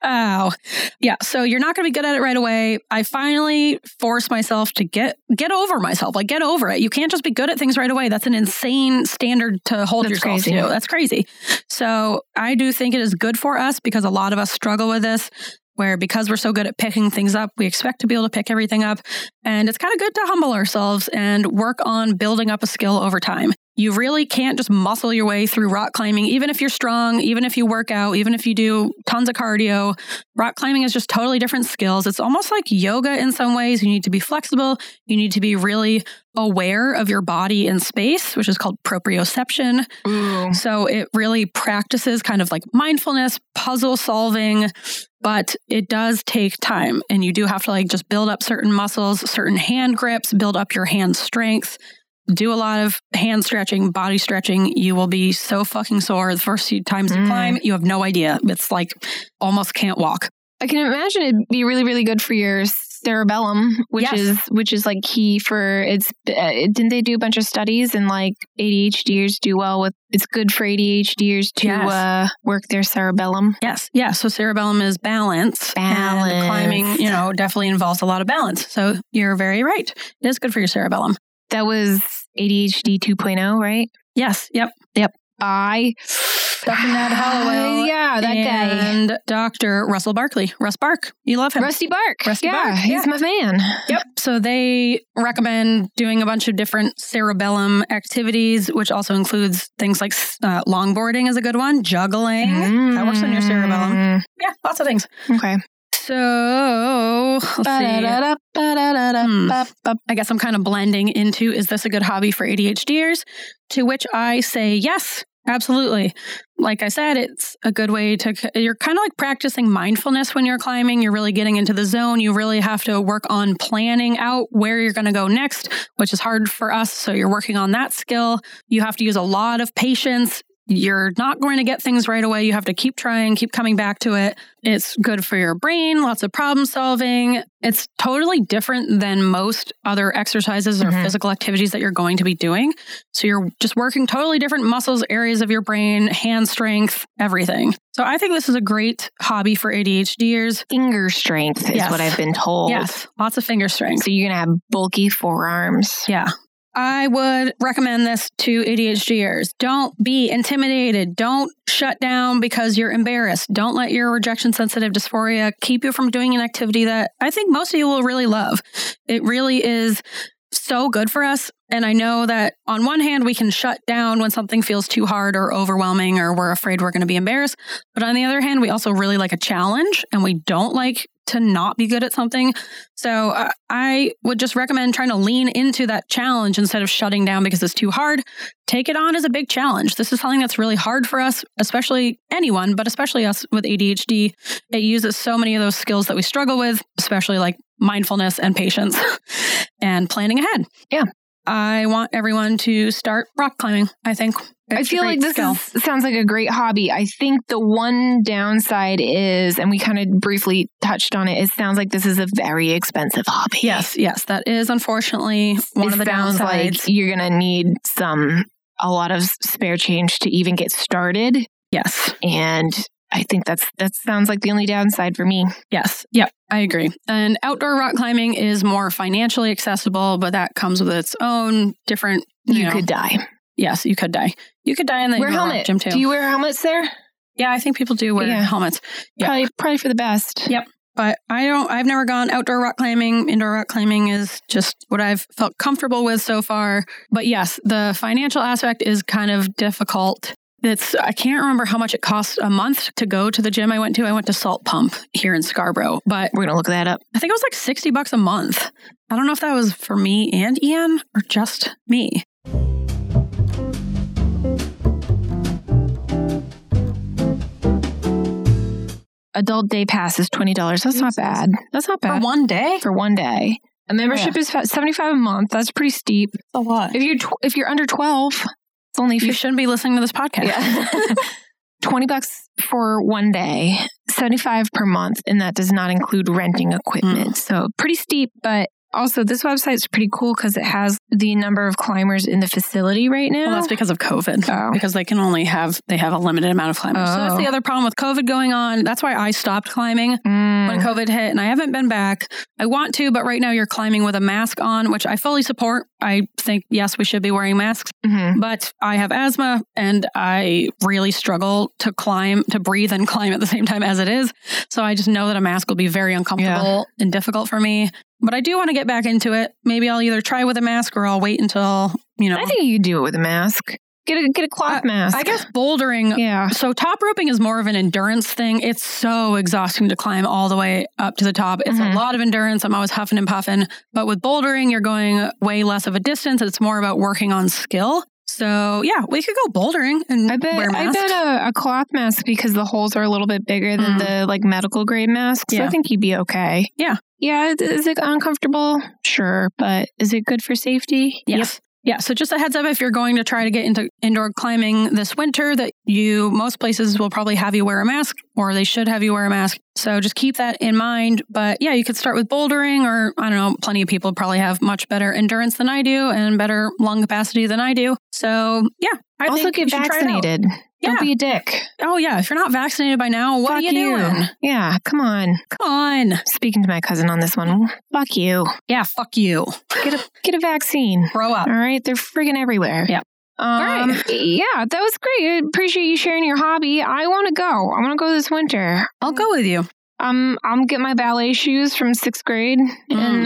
[SPEAKER 4] oh, yeah. So you're not going to be good at it right away. I finally forced myself to get get over myself. Like get over it. You can't just be good at things right away. That's an insane standard to hold
[SPEAKER 3] That's
[SPEAKER 4] yourself
[SPEAKER 3] crazy.
[SPEAKER 4] to. That's crazy. So I do think it is good for us because a lot of us struggle with this. Where because we're so good at picking things up, we expect to be able to pick everything up. And it's kind of good to humble ourselves and work on building up a skill over time. You really can't just muscle your way through rock climbing, even if you're strong, even if you work out, even if you do tons of cardio. Rock climbing is just totally different skills. It's almost like yoga in some ways. You need to be flexible, you need to be really aware of your body in space, which is called proprioception.
[SPEAKER 3] Mm-hmm. Ooh.
[SPEAKER 4] So it really practices kind of like mindfulness, puzzle solving, but it does take time. And you do have to like just build up certain muscles, certain hand grips, build up your hand strength, do a lot of hand stretching, body stretching. You will be so fucking sore the first few times you
[SPEAKER 3] Mm.
[SPEAKER 4] climb. You have no idea. It's like almost can't walk.
[SPEAKER 3] I can imagine it'd be really, really good for your cerebellum, which
[SPEAKER 4] Yes.
[SPEAKER 3] is which is like key for it's. Uh, didn't they do a bunch of studies and like ADHDers do well with? It's good for ADHDers to
[SPEAKER 4] Yes.
[SPEAKER 3] uh, work their cerebellum.
[SPEAKER 4] Yes. Yeah. So cerebellum is balance.
[SPEAKER 3] Balance.
[SPEAKER 4] And climbing, you know, definitely involves a lot of balance. So you're very right. It is good for your cerebellum.
[SPEAKER 3] That was ADHD 2.0, oh, right?
[SPEAKER 4] Yes. Yep.
[SPEAKER 3] I.
[SPEAKER 4] Dr. [SIGHS] Nat Hallowell
[SPEAKER 3] Ah, Yeah, that guy.
[SPEAKER 4] and Dr. Russell Barkley, Russ Bark. You [LAUGHS] love him.
[SPEAKER 3] Rusty Bark.
[SPEAKER 4] Rusty
[SPEAKER 3] yeah,
[SPEAKER 4] Bark, yeah.
[SPEAKER 3] he's my man.
[SPEAKER 4] Yep. So they recommend doing a bunch of different cerebellum activities, which also includes things like uh, longboarding is a good one, juggling.
[SPEAKER 3] Mm-hmm.
[SPEAKER 4] That works on your cerebellum.
[SPEAKER 3] Mm,
[SPEAKER 4] Yeah, lots of things.
[SPEAKER 3] Okay.
[SPEAKER 4] So let's see.
[SPEAKER 3] Ba-da-da-da, ba-da-da-da,
[SPEAKER 4] Hmm.
[SPEAKER 3] ba-ba-ba.
[SPEAKER 4] I guess I'm kind of blending into is this a good hobby for ADHDers? To which I say yes, absolutely. Like I said, it's a good way to, you're kind of like practicing mindfulness when you're climbing. You're really getting into the zone. You really have to work on planning out where you're going to go next, which is hard for us. So you're working on that skill. You have to use a lot of patience. You're not going to get things right away. You have to keep trying, keep coming back to it. It's good for your brain, lots of problem solving. It's totally different than most other exercises or
[SPEAKER 3] Mhm.
[SPEAKER 4] physical activities that you're going to be doing. So you're just working totally different muscles, areas of your brain, hand strength, everything. So I think this is a great hobby for ADHDers.
[SPEAKER 3] Finger strength is
[SPEAKER 4] Yes.
[SPEAKER 3] what I've been told.
[SPEAKER 4] Yes, lots of finger strength.
[SPEAKER 3] So you're gonna have bulky forearms.
[SPEAKER 4] Yeah. I would recommend this to ADHDers. Don't be intimidated. Don't shut down because you're embarrassed. Don't let your rejection sensitive dysphoria keep you from doing an activity that I think most of you will really love. It really is so good for us. And I know that on one hand, we can shut down when something feels too hard or overwhelming or we're afraid we're going to be embarrassed. But on the other hand, we also really like a challenge and we don't like to not be good at something. So uh, I would just recommend trying to lean into that challenge instead of shutting down because it's too hard. Take it on as a big challenge. This is something that's really hard for us, especially anyone, but especially us with ADHD. It uses so many of those skills that we [LAUGHS] struggle with, especially like mindfulness and patience and planning ahead.
[SPEAKER 3] Yeah.
[SPEAKER 4] I want everyone to start rock climbing. I think
[SPEAKER 3] I
[SPEAKER 4] It's a
[SPEAKER 3] feel
[SPEAKER 4] great
[SPEAKER 3] like this
[SPEAKER 4] skill.
[SPEAKER 3] is, sounds like a great hobby. I think the one downside is, and we kind of briefly touched on it, it sounds like this is a very expensive hobby.
[SPEAKER 4] yes, yes, that is unfortunately one
[SPEAKER 3] it
[SPEAKER 4] of the downsides.
[SPEAKER 3] sounds like you're going to need some, a lot of spare change to even get started.
[SPEAKER 4] yes,
[SPEAKER 3] And I think that's, that sounds like the only downside for me.
[SPEAKER 4] yes, yep, I agree. And outdoor rock climbing is more financially accessible, but that comes with its own different.
[SPEAKER 3] You
[SPEAKER 4] know-
[SPEAKER 3] could die.
[SPEAKER 4] yes, you could die. You could die in the
[SPEAKER 3] Wear
[SPEAKER 4] indoor rock
[SPEAKER 3] helmet.
[SPEAKER 4] gym too.
[SPEAKER 3] Do you wear helmets there?
[SPEAKER 4] yeah, I think people do wear
[SPEAKER 3] Yeah.
[SPEAKER 4] helmets. Yeah.
[SPEAKER 3] Probably, probably for the best.
[SPEAKER 4] Yeah. but I don't. I've never gone outdoor rock climbing. Indoor rock climbing is just what I've felt comfortable with so far. But yes, the financial aspect is kind of difficult. It's I can't remember how much it costs a month to go to the gym I went to. I went to Salt Pump here in Scarborough, but
[SPEAKER 3] We're going to look that up.
[SPEAKER 4] I think it was like sixty bucks a month. I don't know if that was for me and Ian or just me.
[SPEAKER 3] Adult day pass is $20. That's not bad. That's not bad.
[SPEAKER 4] For one day,
[SPEAKER 3] for one day. A membership is is seventy five a month. That's pretty steep.
[SPEAKER 4] a lot.
[SPEAKER 3] If you're tw- if you're under twelve, it's only
[SPEAKER 4] You
[SPEAKER 3] fifty.
[SPEAKER 4] shouldn't be listening to this podcast.
[SPEAKER 3] Yeah. [LAUGHS] Twenty bucks for one day, seventy five per month, and that does not include renting
[SPEAKER 4] Mm.
[SPEAKER 3] equipment. So pretty steep, but also this website's pretty cool because it has the number of climbers in the facility right now.
[SPEAKER 4] Well, that's because of COVID.
[SPEAKER 3] Oh.
[SPEAKER 4] Because they can only have they have a limited amount of climbers. So that's
[SPEAKER 3] Oh.
[SPEAKER 4] the other problem with COVID going on. That's why I stopped climbing
[SPEAKER 3] Mm.
[SPEAKER 4] when COVID hit, and I haven't been back. I want to, but right now you're climbing with a mask on, which I fully support. I think yes, we should be wearing masks,
[SPEAKER 3] Mhm.
[SPEAKER 4] but I have asthma and I really struggle to climb, to breathe and [LAUGHS] climb at the same time as it is. So I just know that a mask will be very uncomfortable and difficult for me. But I do want to get back into it. Maybe I'll either try with a mask or I'll wait until you know.
[SPEAKER 3] I think you could do it with a mask. Get a get a cloth mask.
[SPEAKER 4] I guess bouldering
[SPEAKER 3] Yeah.
[SPEAKER 4] So top roping is more of an endurance thing. It's so exhausting to climb all the way up to the top. It's
[SPEAKER 3] Mhm.
[SPEAKER 4] a lot of endurance. I'm always huffing and puffing. But with bouldering, you're going way less of a distance. It's more about working on skill. So yeah, we could go bouldering and
[SPEAKER 3] I bet
[SPEAKER 4] wear
[SPEAKER 3] I
[SPEAKER 4] masks.
[SPEAKER 3] bet a, a cloth mask because the holes are a little bit bigger than
[SPEAKER 4] Mm.
[SPEAKER 3] the like medical grade masks. I
[SPEAKER 4] Yeah.
[SPEAKER 3] think you'd be okay.
[SPEAKER 4] Yeah.
[SPEAKER 3] Yeah. it- Is it uncomfortable? Sure, but is it good for safety?
[SPEAKER 4] Yes. Yeah. So just a heads up if you're going to try to get into indoor climbing this winter, that you, most places will probably have you wear a mask or they should have you wear a mask. So just keep that in mind. But yeah, you could start with bouldering or I don't know, plenty of people probably have much better endurance than I do and better lung capacity than I do. So yeah. I
[SPEAKER 3] Yep. Also,
[SPEAKER 4] think you
[SPEAKER 3] get
[SPEAKER 4] should try it out.
[SPEAKER 3] vaccinated. Don't
[SPEAKER 4] Yeah.
[SPEAKER 3] be a dick.
[SPEAKER 4] Oh, yeah. If you're not vaccinated by now, what
[SPEAKER 3] Fuck
[SPEAKER 4] are you, doing?
[SPEAKER 3] Yeah. Come on.
[SPEAKER 4] Come on.
[SPEAKER 3] Speaking to my cousin on this one. Fuck you.
[SPEAKER 4] Yeah. Fuck you.
[SPEAKER 3] Get a get a vaccine.
[SPEAKER 4] Grow up.
[SPEAKER 3] All right, they're friggin' everywhere.
[SPEAKER 4] Yep.
[SPEAKER 3] Um,
[SPEAKER 4] right.
[SPEAKER 3] Yeah, that was great. I appreciate you sharing your hobby. I want to go. I want to go this winter.
[SPEAKER 4] I'll go with you.
[SPEAKER 3] Um, I'm get my ballet shoes from sixth grade, and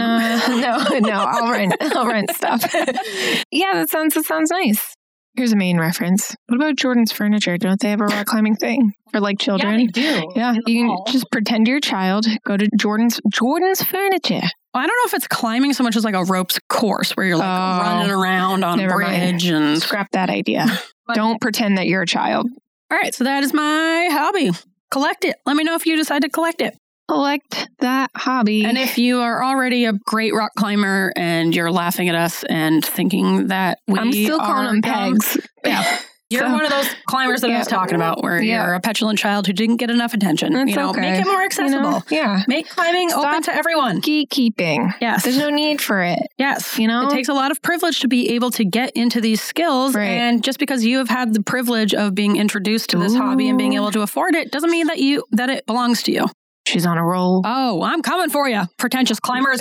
[SPEAKER 4] Mm.
[SPEAKER 3] uh, [LAUGHS] no, no,
[SPEAKER 4] [LAUGHS]
[SPEAKER 3] I'll rent, I'll rent stuff. [LAUGHS] yeah, that sounds that sounds nice. Here's a main reference. What about Jordan's Furniture? Don't they have a rock climbing thing for like children? Yeah,
[SPEAKER 2] do.
[SPEAKER 3] you can just pretend you're a child. Go to Jordan's Jordan's Furniture.
[SPEAKER 4] I don't know if it's climbing so much as like a ropes course where you're like
[SPEAKER 3] Oh.
[SPEAKER 4] running around on a
[SPEAKER 3] Never mind.
[SPEAKER 4] bridge and
[SPEAKER 3] Scrap that
[SPEAKER 4] [LAUGHS]
[SPEAKER 3] idea. Don't pretend that you're a child.
[SPEAKER 4] All right, so that is my hobby. Collect it. Let me know if you decide to collect it.
[SPEAKER 3] Elect that hobby.
[SPEAKER 4] And if you are already a great rock climber and you're laughing at us and thinking that we
[SPEAKER 3] I'm still calling
[SPEAKER 4] are
[SPEAKER 3] them
[SPEAKER 4] dumb,
[SPEAKER 3] pegs. [LAUGHS]
[SPEAKER 4] Yeah. You're
[SPEAKER 3] So-
[SPEAKER 4] one of those climbers that I was
[SPEAKER 3] Yeah.
[SPEAKER 4] talking about where
[SPEAKER 3] Yeah.
[SPEAKER 4] you're a petulant child who didn't get enough attention.
[SPEAKER 3] That's
[SPEAKER 4] you know,
[SPEAKER 3] okay.
[SPEAKER 4] make it more
[SPEAKER 3] You
[SPEAKER 4] accessible.
[SPEAKER 3] know? Yeah.
[SPEAKER 4] Make climbing open
[SPEAKER 3] Stop.
[SPEAKER 4] to everyone.
[SPEAKER 3] Gatekeeping.
[SPEAKER 4] Yes.
[SPEAKER 3] There's no need for it.
[SPEAKER 4] Yes.
[SPEAKER 3] You know?
[SPEAKER 4] it takes a lot of privilege to be able to get into these skills.
[SPEAKER 3] Right.
[SPEAKER 4] And just because you have had the privilege of being introduced to this hobby and being
[SPEAKER 3] Ooh.
[SPEAKER 4] able to afford it doesn't mean that you that it belongs to you.
[SPEAKER 3] She's on a roll.
[SPEAKER 4] Oh, I'm coming for you, pretentious [LAUGHS] climbers.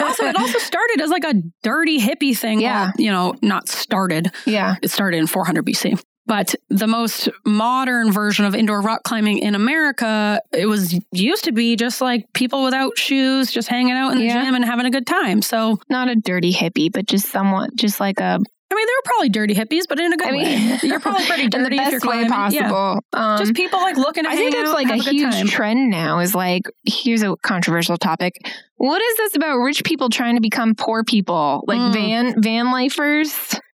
[SPEAKER 4] also, it also started as like a dirty hippie thing.
[SPEAKER 3] Yeah.
[SPEAKER 4] Well, you know, not started.
[SPEAKER 3] yeah.
[SPEAKER 4] It started in 400 BC. But the most modern version of indoor rock climbing in America, it was used to be just like people without shoes, just hanging out in the
[SPEAKER 3] Yeah.
[SPEAKER 4] gym and having a good time. So,
[SPEAKER 3] Not a dirty hippie, but just somewhat, just like a.
[SPEAKER 4] I mean, they were probably dirty hippies, but in a good
[SPEAKER 3] I
[SPEAKER 4] way.
[SPEAKER 3] [LAUGHS] mean,
[SPEAKER 4] You're probably pretty
[SPEAKER 3] in the
[SPEAKER 4] dirty if you're
[SPEAKER 3] best way
[SPEAKER 4] climbing. Yeah.
[SPEAKER 3] possible. Um,
[SPEAKER 4] just people like looking at
[SPEAKER 3] I think
[SPEAKER 4] hanging
[SPEAKER 3] that's
[SPEAKER 4] out,
[SPEAKER 3] like a
[SPEAKER 4] have good
[SPEAKER 3] huge
[SPEAKER 4] time.
[SPEAKER 3] trend now is like, here's a controversial topic. What is this about rich people trying to become poor people? Like
[SPEAKER 4] Mm.
[SPEAKER 3] van van lifers?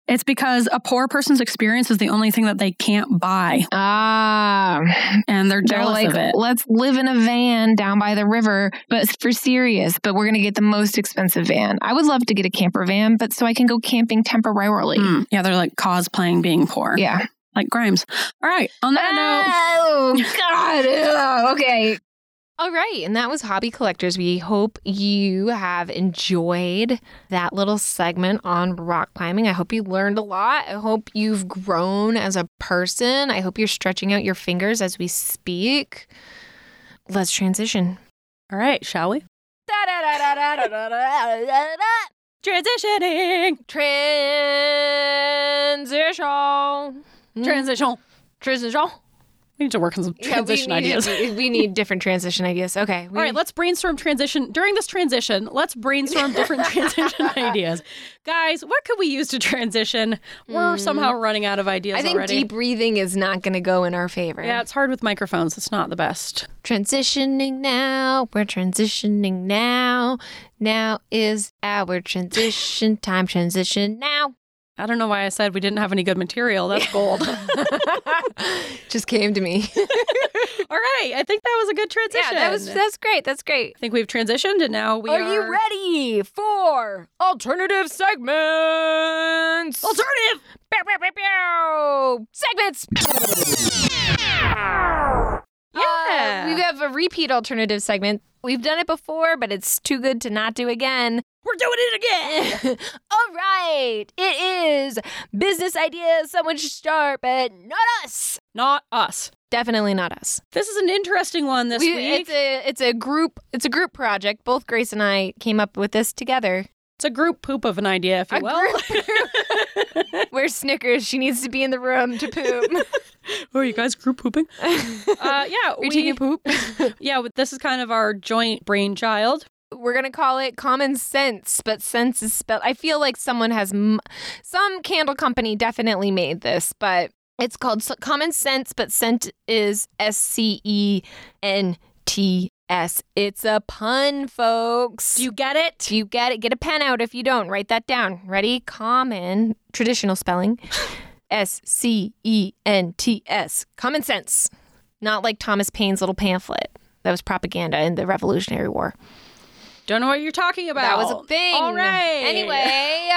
[SPEAKER 4] It's because a poor person's experience is the only thing that they can't buy,
[SPEAKER 3] Ah,
[SPEAKER 4] and they're
[SPEAKER 3] they're
[SPEAKER 4] jealous
[SPEAKER 3] like,
[SPEAKER 4] of it.
[SPEAKER 3] let's live in a van down by the river, but for serious. But we're gonna get the most expensive van. I would love to get a camper van, but so I can go camping temporarily.
[SPEAKER 4] Mm. Yeah, they're like cosplaying being poor.
[SPEAKER 3] Yeah.
[SPEAKER 4] Like Grimes. All right. On that note,
[SPEAKER 2] [LAUGHS]
[SPEAKER 3] Oh God. Ew, okay.
[SPEAKER 2] All right, and that was Hobby Collectors. We hope you have enjoyed that little segment on rock climbing. I hope you learned a lot. I hope you've grown as a person. I hope you're stretching out your fingers as we speak. Let's transition.
[SPEAKER 4] all right, shall we?
[SPEAKER 3] Mm.
[SPEAKER 4] Transitioning.
[SPEAKER 2] Transition.
[SPEAKER 4] Transition.
[SPEAKER 2] Transition.
[SPEAKER 4] We need to work on some
[SPEAKER 2] Yeah, we
[SPEAKER 4] transition
[SPEAKER 2] need-
[SPEAKER 4] ideas.
[SPEAKER 2] We, we need different transition ideas. Okay. We
[SPEAKER 4] All right, let's brainstorm transition. During this transition, let's brainstorm
[SPEAKER 2] [LAUGHS]
[SPEAKER 4] different transition ideas. Guys, what could we use to transition? We're
[SPEAKER 2] Mm.
[SPEAKER 4] somehow running out of ideas
[SPEAKER 2] I think
[SPEAKER 4] already.
[SPEAKER 2] deep breathing is not going to go in our favor.
[SPEAKER 4] yeah, it's hard with microphones. It's not the best.
[SPEAKER 2] Transitioning now. We're transitioning now. Now is our [LAUGHS] transition time. Transition now.
[SPEAKER 4] I don't know why I said we didn't have any good material. That's gold. [LAUGHS] All
[SPEAKER 2] [LAUGHS] Just came to [LAUGHS] me.
[SPEAKER 4] right, I think that was a good transition.
[SPEAKER 2] yeah, that was that's great. That's great.
[SPEAKER 4] I think we've transitioned and now we are.
[SPEAKER 2] you ready for alternative segments?
[SPEAKER 4] Alternative.
[SPEAKER 2] Pew, pew, pew, pew. Segments.
[SPEAKER 4] Yeah.
[SPEAKER 2] Uh, we have a repeat alternative segment. We've done it before, but it's too good to not do again.
[SPEAKER 4] We're doing it again.
[SPEAKER 2] [LAUGHS] All right. It is business ideas someone should start, but not us.
[SPEAKER 4] Not us.
[SPEAKER 2] Definitely not us.
[SPEAKER 4] This is an interesting one this
[SPEAKER 2] We-
[SPEAKER 4] week.
[SPEAKER 2] It's a it's a group it's a group project. Both Grace and I came up with this together.
[SPEAKER 4] It's a group poop of an idea, if you
[SPEAKER 2] A
[SPEAKER 4] will.
[SPEAKER 2] [LAUGHS] Where's Snickers? She needs to be in the room
[SPEAKER 4] [LAUGHS]
[SPEAKER 2] to poop.
[SPEAKER 4] oh, [LAUGHS] are you guys group
[SPEAKER 2] [LAUGHS]
[SPEAKER 4] pooping? Uh, yeah,
[SPEAKER 2] we taking a poop.
[SPEAKER 4] Yeah, but this is kind of our joint brainchild.
[SPEAKER 2] We're gonna call it common sense, but sense is spelled. I feel like someone has m- some candle company definitely made this, but it's called s- common sense, but scent is S C E N T S. It's a pun, folks.
[SPEAKER 4] Do you get it?
[SPEAKER 2] Do you get it? Get a pen out if you don't. Write that down. Ready? Common, traditional spelling [LAUGHS] S C E N T S. Common sense. Not like Thomas Paine's little pamphlet that was propaganda in the Revolutionary War.
[SPEAKER 4] Don't know what you're talking about.
[SPEAKER 2] That was a thing.
[SPEAKER 4] All right.
[SPEAKER 2] Anyway,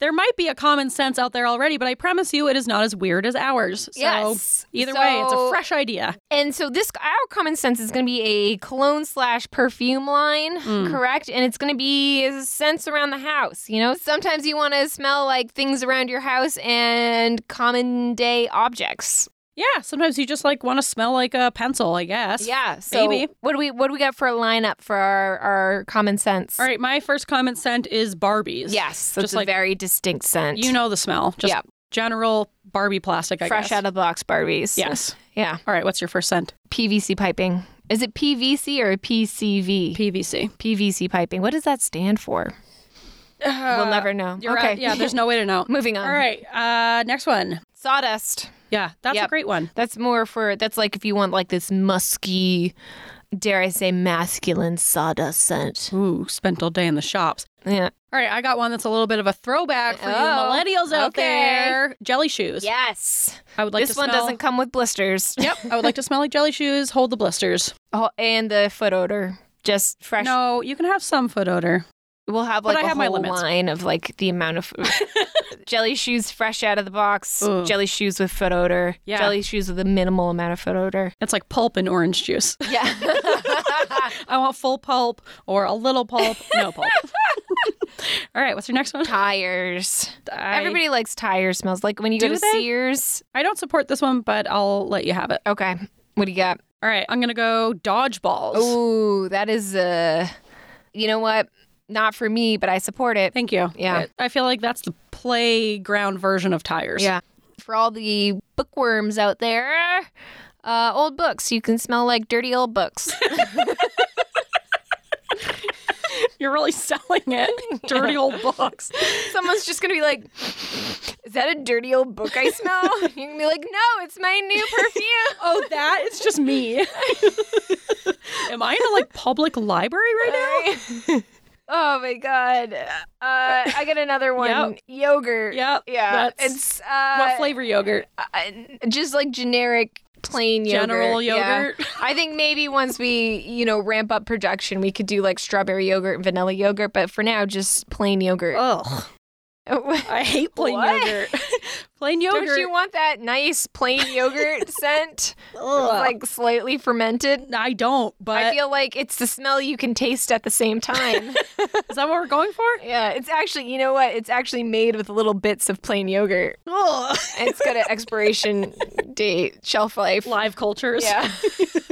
[SPEAKER 4] there might be a common sense out there already, but I promise you, it is not as weird as ours. [LAUGHS] So
[SPEAKER 2] Yes.
[SPEAKER 4] Either way, it's a
[SPEAKER 2] So-
[SPEAKER 4] fresh idea.
[SPEAKER 2] and so this our common sense is going to be a cologne slash perfume line, correct? And it's going to be scents around the house. You know, sometimes you want to smell like things around your house and common day objects.
[SPEAKER 4] Yeah. Sometimes you just like want to smell like a pencil, I guess.
[SPEAKER 2] Yeah. So
[SPEAKER 4] maybe.
[SPEAKER 2] what do we what do we got for a lineup for our, our common sense?
[SPEAKER 4] All right. My first common scent is Barbies.
[SPEAKER 2] Yes, that's
[SPEAKER 4] Just
[SPEAKER 2] a
[SPEAKER 4] like-
[SPEAKER 2] very distinct scent.
[SPEAKER 4] You know the smell. Just
[SPEAKER 2] Yeah.
[SPEAKER 4] general Barbie plastic. I
[SPEAKER 2] fresh
[SPEAKER 4] guess.
[SPEAKER 2] out of the box Barbies.
[SPEAKER 4] Yes.
[SPEAKER 2] Yeah.
[SPEAKER 4] All right. What's your first scent?
[SPEAKER 2] PVC piping. Is it PVC or PCV?
[SPEAKER 4] PVC.
[SPEAKER 2] PVC piping. What does that stand for? we'll never know.
[SPEAKER 4] Uh, You're
[SPEAKER 2] okay.
[SPEAKER 4] right.
[SPEAKER 2] [LAUGHS]
[SPEAKER 4] Yeah. There's no way to know.
[SPEAKER 2] Moving on.
[SPEAKER 4] All right. Uh, next one.
[SPEAKER 2] Sawdust.
[SPEAKER 4] Yeah, that's a
[SPEAKER 2] Yep.
[SPEAKER 4] great one.
[SPEAKER 2] That's more for that's like if you want like this musky, dare I say masculine sawdust scent.
[SPEAKER 4] Ooh, spent all day in the shops.
[SPEAKER 2] Yeah.
[SPEAKER 4] All right, I got one that's a little bit of a throwback for you
[SPEAKER 2] Oh,
[SPEAKER 4] millennials out
[SPEAKER 2] okay.
[SPEAKER 4] there. Jelly shoes.
[SPEAKER 2] Yes.
[SPEAKER 4] I would like
[SPEAKER 2] this
[SPEAKER 4] to
[SPEAKER 2] one
[SPEAKER 4] smell- [LAUGHS]
[SPEAKER 2] doesn't come with blisters.
[SPEAKER 4] yep, I would like to smell like jelly shoes. Hold the blisters.
[SPEAKER 2] Oh, and the foot odor. Just fresh.
[SPEAKER 4] No, you can have some foot odor.
[SPEAKER 2] We'll have
[SPEAKER 4] But
[SPEAKER 2] like
[SPEAKER 4] I
[SPEAKER 2] a
[SPEAKER 4] have my
[SPEAKER 2] whole
[SPEAKER 4] limits.
[SPEAKER 2] line of like the amount
[SPEAKER 4] [LAUGHS]
[SPEAKER 2] of jelly shoes fresh out of the box,
[SPEAKER 4] Ooh.
[SPEAKER 2] jelly shoes with foot odor,
[SPEAKER 4] Yeah.
[SPEAKER 2] jelly shoes with a minimal amount of foot odor.
[SPEAKER 4] It's like pulp and orange juice. [LAUGHS]
[SPEAKER 2] Yeah.
[SPEAKER 4] I want full pulp or a little pulp, no
[SPEAKER 2] [LAUGHS]
[SPEAKER 4] pulp. [LAUGHS] all right, what's your next one?
[SPEAKER 2] tires.
[SPEAKER 4] I,
[SPEAKER 2] Everybody likes tire smells. Like when you
[SPEAKER 4] Do
[SPEAKER 2] go to
[SPEAKER 4] they?
[SPEAKER 2] Sears.
[SPEAKER 4] I don't support this one, but I'll let you have it.
[SPEAKER 2] Okay. What do you got?
[SPEAKER 4] All right, I'm going to go dodgeballs.
[SPEAKER 2] Ooh, that is uh you know what? Not for me, but I support it.
[SPEAKER 4] Thank you.
[SPEAKER 2] Yeah.
[SPEAKER 4] I I feel like that's the playground version of tires.
[SPEAKER 2] Yeah. For all the bookworms out there, uh, old books. You can smell like dirty old
[SPEAKER 4] [LAUGHS]
[SPEAKER 2] books.
[SPEAKER 4] You're really [LAUGHS] selling
[SPEAKER 2] [LAUGHS]
[SPEAKER 4] it. Dirty old books.
[SPEAKER 2] Someone's just gonna be like, Is that a dirty old book I smell?
[SPEAKER 4] [LAUGHS]
[SPEAKER 2] You're gonna be like, No, it's my new perfume.
[SPEAKER 4] Oh, that is just me. Am I in a like public library right now?
[SPEAKER 2] Right? [LAUGHS] Oh my god. Uh, I
[SPEAKER 4] [LAUGHS]
[SPEAKER 2] got another one. [LAUGHS] Yogurt.
[SPEAKER 4] Yep.
[SPEAKER 2] Yeah.
[SPEAKER 4] That's-
[SPEAKER 2] It's uh,
[SPEAKER 4] what flavor yogurt?
[SPEAKER 2] I- just like generic plain yogurt.
[SPEAKER 4] General
[SPEAKER 2] Yeah.
[SPEAKER 4] yogurt.
[SPEAKER 2] I think maybe once we, you know, ramp up production, we could do like strawberry yogurt and vanilla yogurt, but for now, just plain yogurt. [LAUGHS]
[SPEAKER 4] Ugh. I hate Oh, plain
[SPEAKER 2] What?
[SPEAKER 4] yogurt. [LAUGHS] plain yogurt.
[SPEAKER 2] Don't you want that nice plain
[SPEAKER 4] [LAUGHS]
[SPEAKER 2] yogurt scent?
[SPEAKER 4] Ugh.
[SPEAKER 2] Like slightly fermented?
[SPEAKER 4] I don't, but
[SPEAKER 2] I feel like it's the smell you can taste at the
[SPEAKER 4] [LAUGHS]
[SPEAKER 2] same time.
[SPEAKER 4] is that what we're going
[SPEAKER 2] [LAUGHS]
[SPEAKER 4] for?
[SPEAKER 2] yeah, it's actually, you know what? It's actually made with little bits of plain yogurt.
[SPEAKER 4] Ugh.
[SPEAKER 2] And it's got an
[SPEAKER 4] [LAUGHS]
[SPEAKER 2] expiration date, shelf life.
[SPEAKER 4] Live cultures.
[SPEAKER 2] Yeah.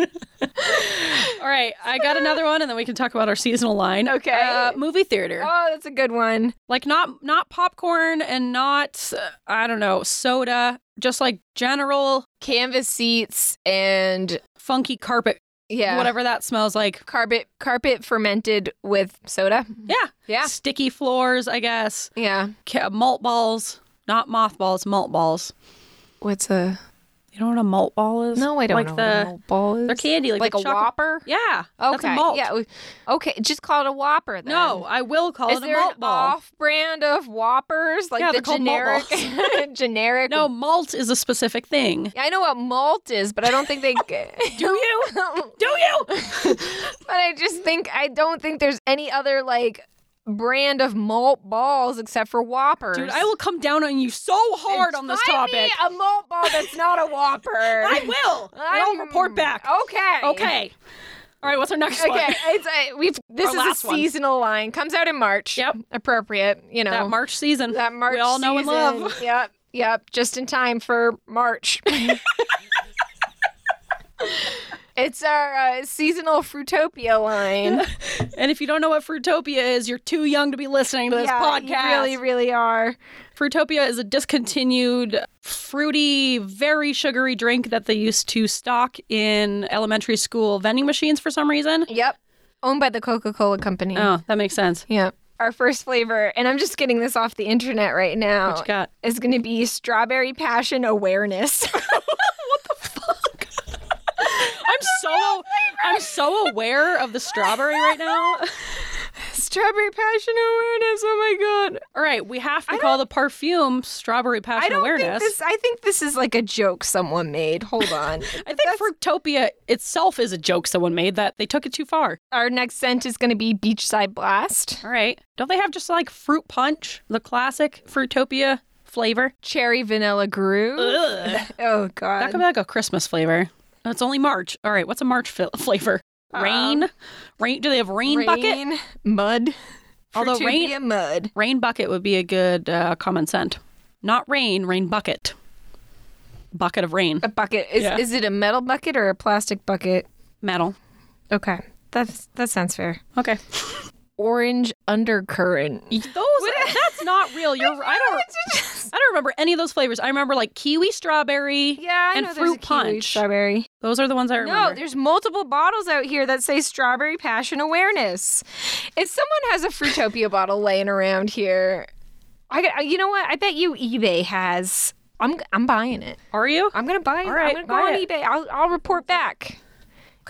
[SPEAKER 4] [LAUGHS]
[SPEAKER 2] [LAUGHS]
[SPEAKER 4] All right, I got another one, and then we can talk about our seasonal line.
[SPEAKER 2] Okay.
[SPEAKER 4] Uh, movie theater,
[SPEAKER 2] Oh, that's a good one.
[SPEAKER 4] like not not popcorn and not uh, I don't know soda, just like general
[SPEAKER 2] Canvas seats and
[SPEAKER 4] funky carpet,
[SPEAKER 2] yeah,
[SPEAKER 4] whatever that smells like.
[SPEAKER 2] carpet carpet fermented with soda.
[SPEAKER 4] Yeah,
[SPEAKER 2] Yeah.
[SPEAKER 4] sticky floors, I guess.
[SPEAKER 2] Yeah.
[SPEAKER 4] Ca- malt balls, not moth balls, malt balls.
[SPEAKER 2] What's a
[SPEAKER 4] You know what a malt ball is?
[SPEAKER 2] No, I don't
[SPEAKER 4] like
[SPEAKER 2] know.
[SPEAKER 4] The,
[SPEAKER 2] what a ball is.
[SPEAKER 4] They're candy, like,
[SPEAKER 2] like
[SPEAKER 4] the
[SPEAKER 2] a
[SPEAKER 4] chocolate-
[SPEAKER 2] whopper.
[SPEAKER 4] Yeah.
[SPEAKER 2] Okay.
[SPEAKER 4] That's a malt.
[SPEAKER 2] Yeah. we- Okay, just call it a whopper then.
[SPEAKER 4] No, I will call
[SPEAKER 2] Is
[SPEAKER 4] it a
[SPEAKER 2] there
[SPEAKER 4] malt
[SPEAKER 2] an
[SPEAKER 4] ball.
[SPEAKER 2] off-brand of whoppers, like
[SPEAKER 4] Yeah,
[SPEAKER 2] the
[SPEAKER 4] they're called malt
[SPEAKER 2] generic, [LAUGHS] generic?
[SPEAKER 4] No, malt is a specific thing.
[SPEAKER 2] I know what malt is, but I
[SPEAKER 4] [LAUGHS]
[SPEAKER 2] don't think they. Do [LAUGHS]
[SPEAKER 4] you?
[SPEAKER 2] but
[SPEAKER 4] Do you?
[SPEAKER 2] [LAUGHS] I just think I don't think there's any other like brand of malt balls except for whoppers.
[SPEAKER 4] Dude, I will come down on you so hard on this
[SPEAKER 2] Find
[SPEAKER 4] topic.
[SPEAKER 2] me a malt ball that's not
[SPEAKER 4] [LAUGHS]
[SPEAKER 2] a whopper.
[SPEAKER 4] I will. And I'll report back.
[SPEAKER 2] Okay.
[SPEAKER 4] Okay. All right, what's our next one?
[SPEAKER 2] Okay. It's uh, we've this
[SPEAKER 4] Our
[SPEAKER 2] is
[SPEAKER 4] last
[SPEAKER 2] a
[SPEAKER 4] one.
[SPEAKER 2] seasonal line. Comes out in March.
[SPEAKER 4] Yep.
[SPEAKER 2] Appropriate. You know
[SPEAKER 4] That March season.
[SPEAKER 2] That March.
[SPEAKER 4] We all know and
[SPEAKER 2] season.
[SPEAKER 4] love.
[SPEAKER 2] [LAUGHS] Yep. Yep. Just in time for
[SPEAKER 4] [LAUGHS]
[SPEAKER 2] March. [LAUGHS] it's our uh, seasonal Fruitopia line.
[SPEAKER 4] And if you don't know what Fruitopia is, you're too young to be listening to this
[SPEAKER 2] yeah,
[SPEAKER 4] podcast.
[SPEAKER 2] you really, really are.
[SPEAKER 4] Fruitopia is a discontinued fruity, very sugary drink that they used to stock in elementary school vending machines for some reason.
[SPEAKER 2] Yep. Owned by the Coca Cola Company.
[SPEAKER 4] Oh, that makes sense.
[SPEAKER 2] Yeah. Our first flavor, and I'm just getting this off the internet right now,
[SPEAKER 4] What you got?
[SPEAKER 2] is going to be strawberry passion awareness. [LAUGHS] [LAUGHS]
[SPEAKER 4] I'm so I'm so aware of the strawberry right now.
[SPEAKER 2] strawberry passion awareness. Oh my god!
[SPEAKER 4] All right, we have to call the perfume strawberry passion
[SPEAKER 2] I don't
[SPEAKER 4] awareness.
[SPEAKER 2] think this. I think this is like a joke someone made. Hold on.
[SPEAKER 4] [LAUGHS] I think Fruitopia itself is a joke someone made that they took it too far.
[SPEAKER 2] Our next scent is going to be beachside blast,
[SPEAKER 4] All right. Don't they have just like fruit punch, the classic Fruitopia flavor?
[SPEAKER 2] cherry vanilla groove.
[SPEAKER 4] Ugh.
[SPEAKER 2] Oh god!
[SPEAKER 4] That could be like a Christmas flavor. Oh, It's only March. All right, what's a March fi- [LAUGHS] flavor? Rain? rain? Do they have rain, bucket?
[SPEAKER 2] Um, Rain, mud.
[SPEAKER 4] Although rain-
[SPEAKER 2] Fruitopia mud.
[SPEAKER 4] Rain bucket would be a good uh, common scent. Not rain, rain bucket. Bucket of rain.
[SPEAKER 2] A bucket is
[SPEAKER 4] Yeah.
[SPEAKER 2] is it a metal bucket or a plastic bucket?
[SPEAKER 4] Metal.
[SPEAKER 2] Okay, that's that sounds fair. [LAUGHS]
[SPEAKER 4] Okay.
[SPEAKER 2] Orange undercurrent.
[SPEAKER 4] Those that's not real.
[SPEAKER 2] [LAUGHS]
[SPEAKER 4] You're I don't I don't remember any of those flavors. I remember like kiwi strawberry
[SPEAKER 2] Yeah, I
[SPEAKER 4] and
[SPEAKER 2] know there's a
[SPEAKER 4] fruit
[SPEAKER 2] kiwi
[SPEAKER 4] punch.
[SPEAKER 2] strawberry.
[SPEAKER 4] Those are the ones I remember.
[SPEAKER 2] No, there's multiple bottles out here that say strawberry passion awareness. If someone has a Fruitopia [LAUGHS] bottle laying around here, I, got- you know what? I bet you eBay has. I'm I'm buying it.
[SPEAKER 4] are you?
[SPEAKER 2] I'm gonna buy. it.
[SPEAKER 4] All right,
[SPEAKER 2] I'm gonna
[SPEAKER 4] buy
[SPEAKER 2] go on
[SPEAKER 4] it.
[SPEAKER 2] eBay. I'll I'll report back.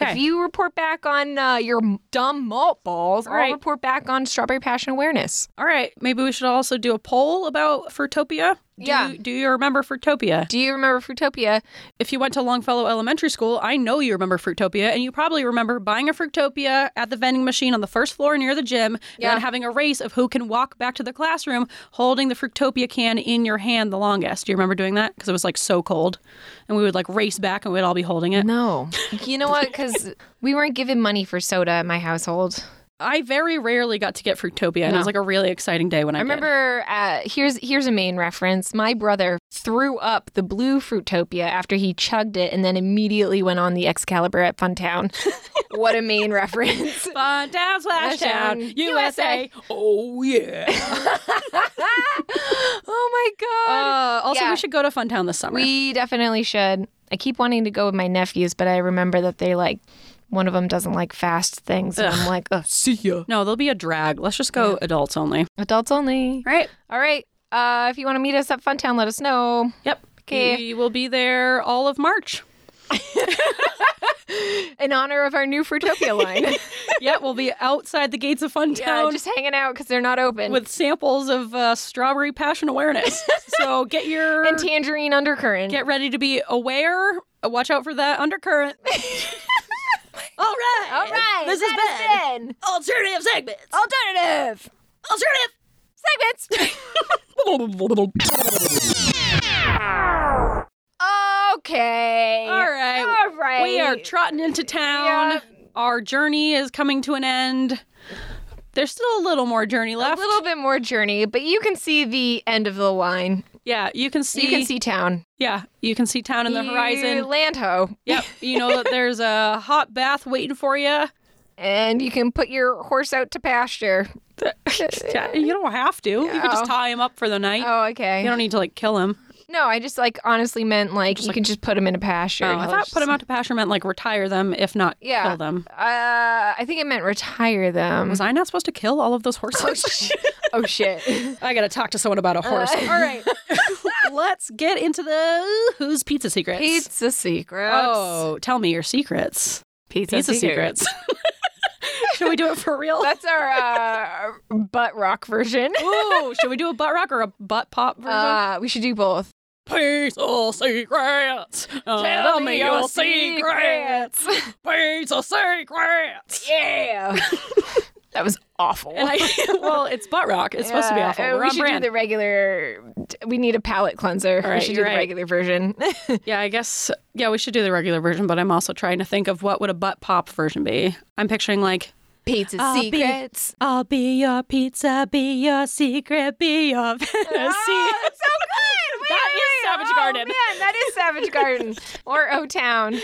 [SPEAKER 4] Okay.
[SPEAKER 2] If you report back on uh, your dumb malt balls,
[SPEAKER 4] All right.
[SPEAKER 2] I'll report back on strawberry passion awareness.
[SPEAKER 4] All right, maybe we should also do a poll about Fruitopia. Do
[SPEAKER 2] Yeah.
[SPEAKER 4] You, do you remember Fruitopia?
[SPEAKER 2] Do you remember Fruitopia?
[SPEAKER 4] If you went to Longfellow Elementary School, I know you remember Fruitopia, and you probably remember buying a Fruitopia at the vending machine on the first floor near the gym,
[SPEAKER 2] Yeah.
[SPEAKER 4] and then having a race of who can walk back to the classroom holding the Fruitopia can in your hand the longest. Do you remember doing that? Because it was like so cold, and we would like race back, and we'd all be holding it.
[SPEAKER 2] No. You know what? [LAUGHS] Because we weren't given money for soda at my household.
[SPEAKER 4] I very rarely got to get Fruitopia, and it was like a really exciting day when I,
[SPEAKER 2] I remember uh, here's here's a main reference. My brother threw up the blue Fruitopia after he chugged it, and then immediately went on the Excalibur at [LAUGHS] Funtown. what a main [LAUGHS] reference!
[SPEAKER 4] Did. Fun times, Flash
[SPEAKER 2] Town,
[SPEAKER 4] Town, USA. Oh yeah.
[SPEAKER 2] oh my god!
[SPEAKER 4] Uh, also,
[SPEAKER 2] Yeah.
[SPEAKER 4] we should go to Funtown this summer.
[SPEAKER 2] we definitely should. I keep wanting to go with my nephews, but I remember that they like one of them doesn't like fast things, and I'm like, oh, see ya.
[SPEAKER 4] no, there'll be a drag. Let's just go adults only.
[SPEAKER 2] Adults only.
[SPEAKER 4] Right.
[SPEAKER 2] All right. Uh, if you want to meet us at Funtown, let us know.
[SPEAKER 4] Yep.
[SPEAKER 2] Okay.
[SPEAKER 4] We will be there all of March.
[SPEAKER 2] In honor of our new Fruitopia line.
[SPEAKER 4] [LAUGHS] yeah, we'll be outside the gates of Funtown
[SPEAKER 2] [LAUGHS] yeah, just hanging out because they're not open.
[SPEAKER 4] with samples of uh, strawberry passion awareness. so get your
[SPEAKER 2] and tangerine undercurrent.
[SPEAKER 4] get ready to be aware. Uh, Watch out for that undercurrent. All right.
[SPEAKER 2] All right.
[SPEAKER 4] This is bad.
[SPEAKER 2] that is been
[SPEAKER 4] Alternative segments.
[SPEAKER 2] alternative
[SPEAKER 4] Alternative.
[SPEAKER 2] segments.
[SPEAKER 4] [LAUGHS]
[SPEAKER 2] okay.
[SPEAKER 4] All right.
[SPEAKER 2] All right.
[SPEAKER 4] We are trotting into town.
[SPEAKER 2] Yeah.
[SPEAKER 4] Our journey is coming to an end. There's still a little more journey
[SPEAKER 2] a
[SPEAKER 4] left.
[SPEAKER 2] little bit more journey, but you can see the end of the line.
[SPEAKER 4] yeah, you can see.
[SPEAKER 2] You can see town
[SPEAKER 4] Yeah, you can see town in the
[SPEAKER 2] You
[SPEAKER 4] horizon.
[SPEAKER 2] Land ho,
[SPEAKER 4] Yep, you know that there's a hot bath waiting for you.
[SPEAKER 2] and you can put your horse out to pasture.
[SPEAKER 4] you don't have to. You could
[SPEAKER 2] Oh.
[SPEAKER 4] just tie him up for the night.
[SPEAKER 2] Oh, okay.
[SPEAKER 4] You don't need to like kill him.
[SPEAKER 2] No, I just like honestly meant like you can just put him in a pasture.
[SPEAKER 4] Oh,
[SPEAKER 2] and
[SPEAKER 4] I
[SPEAKER 2] he'll
[SPEAKER 4] thought
[SPEAKER 2] just-
[SPEAKER 4] put him out to pasture meant like retire them, if not
[SPEAKER 2] Yeah.
[SPEAKER 4] kill them.
[SPEAKER 2] Uh, I think it meant retire them. [LAUGHS]
[SPEAKER 4] Was I not supposed to kill all of those [LAUGHS] horses? [LAUGHS]
[SPEAKER 2] oh Uh, shit.
[SPEAKER 4] I gotta talk to someone about a horse. all right, [LAUGHS] let's get into the who's pizza secrets.
[SPEAKER 2] Pizza secrets.
[SPEAKER 4] Oh, tell me your secrets.
[SPEAKER 2] pizza,
[SPEAKER 4] Pizza secrets. [LAUGHS] should we do it for
[SPEAKER 2] [LAUGHS]
[SPEAKER 4] real?
[SPEAKER 2] That's our uh, [LAUGHS] butt rock version.
[SPEAKER 4] Ooh, should we do a butt rock or a butt pop version?
[SPEAKER 2] Uh, we should do both.
[SPEAKER 4] pizza secrets. Tell, me your secrets. Pizza secrets.
[SPEAKER 2] Yeah. [LAUGHS] that was awful.
[SPEAKER 4] And I, [LAUGHS] well, it's butt rock. It's supposed to be
[SPEAKER 2] Yeah,
[SPEAKER 4] awful.
[SPEAKER 2] uh,
[SPEAKER 4] We're
[SPEAKER 2] we
[SPEAKER 4] on
[SPEAKER 2] should
[SPEAKER 4] brand.
[SPEAKER 2] do the regular. We need a palate cleanser.
[SPEAKER 4] All right,
[SPEAKER 2] we should do
[SPEAKER 4] you're
[SPEAKER 2] the
[SPEAKER 4] right.
[SPEAKER 2] regular version.
[SPEAKER 4] Yeah, I guess. Yeah, we should do the regular version, but I'm also trying to think of what would a butt pop version be. I'm picturing like,
[SPEAKER 2] [LAUGHS] Pizza
[SPEAKER 4] I'll be- [LAUGHS]
[SPEAKER 2] secrets.
[SPEAKER 4] I'll be your pizza, be your secret, be
[SPEAKER 2] Ah.
[SPEAKER 4] your fantasy. [LAUGHS]
[SPEAKER 2] Oh, that's so good. Wait,
[SPEAKER 4] That
[SPEAKER 2] wait,
[SPEAKER 4] is
[SPEAKER 2] wait.
[SPEAKER 4] Savage
[SPEAKER 2] Oh,
[SPEAKER 4] Garden.
[SPEAKER 2] Man, that is Savage
[SPEAKER 4] [LAUGHS]
[SPEAKER 2] Garden or O Town.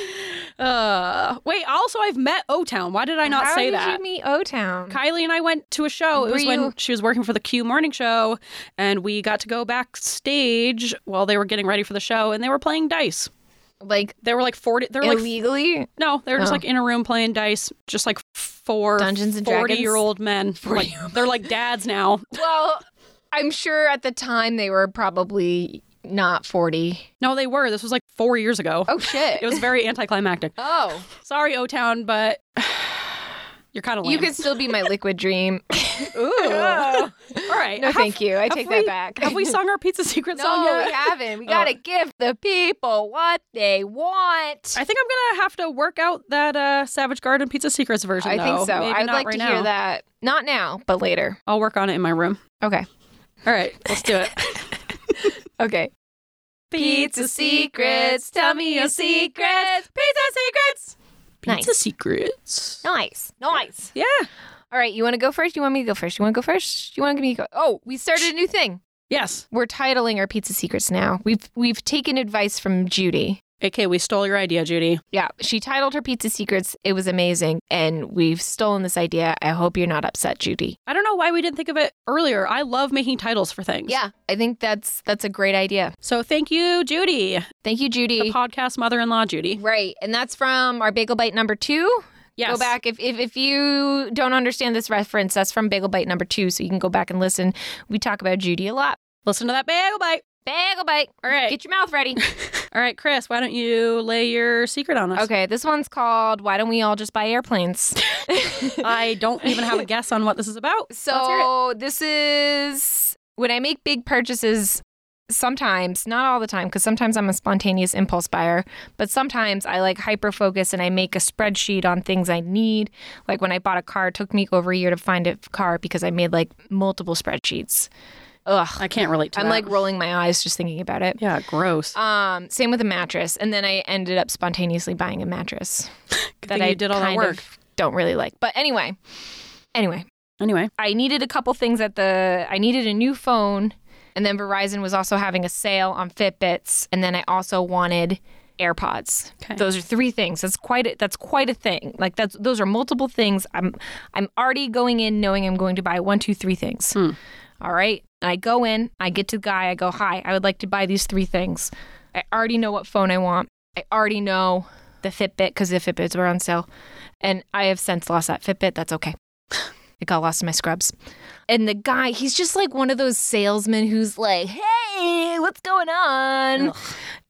[SPEAKER 4] Uh, wait. Also, I've met O Town. Why did I not
[SPEAKER 2] How
[SPEAKER 4] say
[SPEAKER 2] did
[SPEAKER 4] that?
[SPEAKER 2] you meet O Town?
[SPEAKER 4] Kylie and I went to a show. It
[SPEAKER 2] Were
[SPEAKER 4] was
[SPEAKER 2] you-
[SPEAKER 4] when she was working for the Q morning show, and we got to go backstage while they were getting ready for the show, and they were playing dice.
[SPEAKER 2] Like
[SPEAKER 4] They were like forty. They were like
[SPEAKER 2] illegally?
[SPEAKER 4] no, they were just
[SPEAKER 2] Oh.
[SPEAKER 4] like in a room playing dice, just like four
[SPEAKER 2] Dungeons and Dragons?
[SPEAKER 4] forty-year-old men. Like they're like dads now.
[SPEAKER 2] well, I'm sure at the time they were probably not 40.
[SPEAKER 4] No, they were. This was like four years ago.
[SPEAKER 2] Oh shit.
[SPEAKER 4] It was very anticlimactic. [LAUGHS]
[SPEAKER 2] Oh,
[SPEAKER 4] Sorry, O Town, but [SIGHS] you're kind of lame.
[SPEAKER 2] you could still be my liquid [LAUGHS] dream.
[SPEAKER 4] [LAUGHS] Ooh. All right.
[SPEAKER 2] No,
[SPEAKER 4] Have-
[SPEAKER 2] thank you. I
[SPEAKER 4] have
[SPEAKER 2] take
[SPEAKER 4] we-
[SPEAKER 2] that back. [LAUGHS]
[SPEAKER 4] Have we sung our pizza secret song
[SPEAKER 2] No,
[SPEAKER 4] yet? Oh.
[SPEAKER 2] we haven't. We gotta give the people what they want.
[SPEAKER 4] I think I'm gonna have to work out that uh, Savage Garden Pizza Secrets version.
[SPEAKER 2] I think
[SPEAKER 4] though.
[SPEAKER 2] so.
[SPEAKER 4] Maybe
[SPEAKER 2] I'd
[SPEAKER 4] not
[SPEAKER 2] like
[SPEAKER 4] right
[SPEAKER 2] to
[SPEAKER 4] now.
[SPEAKER 2] hear that. Not now, but later.
[SPEAKER 4] I'll work on it in my room.
[SPEAKER 2] Okay.
[SPEAKER 4] All right, let's do it.
[SPEAKER 2] Okay. Pizza secrets. Tell me your secrets. Pizza secrets.
[SPEAKER 4] Pizza secrets.
[SPEAKER 2] Nice. Nice.
[SPEAKER 4] Yeah.
[SPEAKER 2] All right. You want to go first? You want me to go first? You want to go first? You want me to go? Oh, we started a new thing.
[SPEAKER 4] Yes.
[SPEAKER 2] We're titling our pizza secrets now. We've we've taken advice from Judy.
[SPEAKER 4] Okay, we stole your idea, Judy.
[SPEAKER 2] Yeah, she titled her pizza secrets. It was amazing, and we've stolen this idea. I hope you're not upset, Judy.
[SPEAKER 4] I don't know why we didn't think of it earlier. I love making titles for things.
[SPEAKER 2] Yeah, I think that's that's a great idea.
[SPEAKER 4] So thank you, Judy,
[SPEAKER 2] Thank you,
[SPEAKER 4] the
[SPEAKER 2] Judy.
[SPEAKER 4] podcast mother-in-law, Judy.
[SPEAKER 2] Right, and that's from our bagel bite number two.
[SPEAKER 4] Yes.
[SPEAKER 2] Go back if, if if you don't understand this reference. That's from bagel bite number two, so you can go back and listen. We talk about Judy a lot.
[SPEAKER 4] Listen to that bagel bite.
[SPEAKER 2] Bagel bite.
[SPEAKER 4] All right.
[SPEAKER 2] Get your
[SPEAKER 4] [LAUGHS]
[SPEAKER 2] mouth ready.
[SPEAKER 4] All right, Chris. Why don't you lay your secret on us?
[SPEAKER 2] Okay, this one's called "Why Don't We All Just Buy Airplanes."
[SPEAKER 4] [LAUGHS] I don't even
[SPEAKER 2] [LAUGHS]
[SPEAKER 4] have a guess on what this is about. Let's hear it.
[SPEAKER 2] So this is when I make big purchases. Sometimes, not all the time, because sometimes I'm a spontaneous impulse buyer, but sometimes I like hyper focus and I make a spreadsheet on things I need. Like when I bought a car, it took me over a year to find a car because I made like multiple spreadsheets. Ugh.
[SPEAKER 4] I can't relate to
[SPEAKER 2] I'm
[SPEAKER 4] that.
[SPEAKER 2] like rolling my eyes just thinking about it.
[SPEAKER 4] yeah, gross.
[SPEAKER 2] Um, same with a mattress. And then I ended up spontaneously buying a mattress
[SPEAKER 4] Good
[SPEAKER 2] that
[SPEAKER 4] thing
[SPEAKER 2] I
[SPEAKER 4] you did all that
[SPEAKER 2] kind of
[SPEAKER 4] work.
[SPEAKER 2] don't really like. But anyway, anyway,
[SPEAKER 4] Anyway,
[SPEAKER 2] I needed a couple things at the I needed a new phone and then Verizon was also having a sale on Fitbits and then I also wanted AirPods.
[SPEAKER 4] Okay.
[SPEAKER 2] Those are three things. That's quite a, that's quite a thing. Like that's those are multiple things. I'm I'm already going in knowing I'm going to buy one, two, three things. All right. And I go in, I get to the guy, I go, Hi, I would like to buy these three things. I already know what phone I want. I already know the Fitbit because the Fitbits were on sale. And I have since lost that Fitbit. That's okay. It got lost in my scrubs. And the guy, he's just like one of those salesmen who's like, hey, what's going on?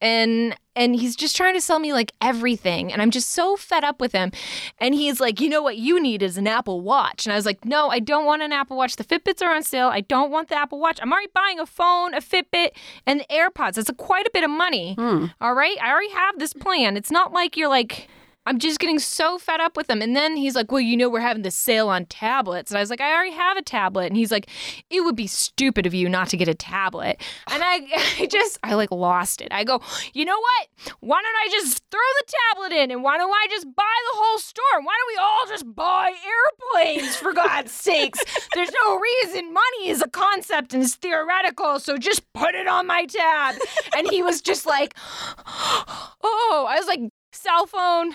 [SPEAKER 2] And and he's just trying to sell me like everything. And I'm just so fed up with him. And he's like, you know what you need is an Apple Watch. And I was like, no, I don't want an Apple Watch. The Fitbits are on sale. I don't want the Apple Watch. I'm already buying a phone, a Fitbit, and the AirPods. That's a, quite a bit of money.
[SPEAKER 4] hmm.
[SPEAKER 2] All right. I already have this plan. It's not like you're like, I'm just getting so fed up with them. And then he's like, Well, you know, we're having the sale on tablets. And I was like, I already have a tablet. And he's like, It would be stupid of you not to get a tablet. And I, [LAUGHS] I just, I like lost it. I go, You know what? Why don't I just throw the tablet in? And why don't I just buy the whole store? Why don't we all just buy airplanes, for God's sakes? There's no reason. Money is a concept and it's theoretical. So just put it on my tab. And he was just like, [GASPS] Oh, I was like, Cell phone,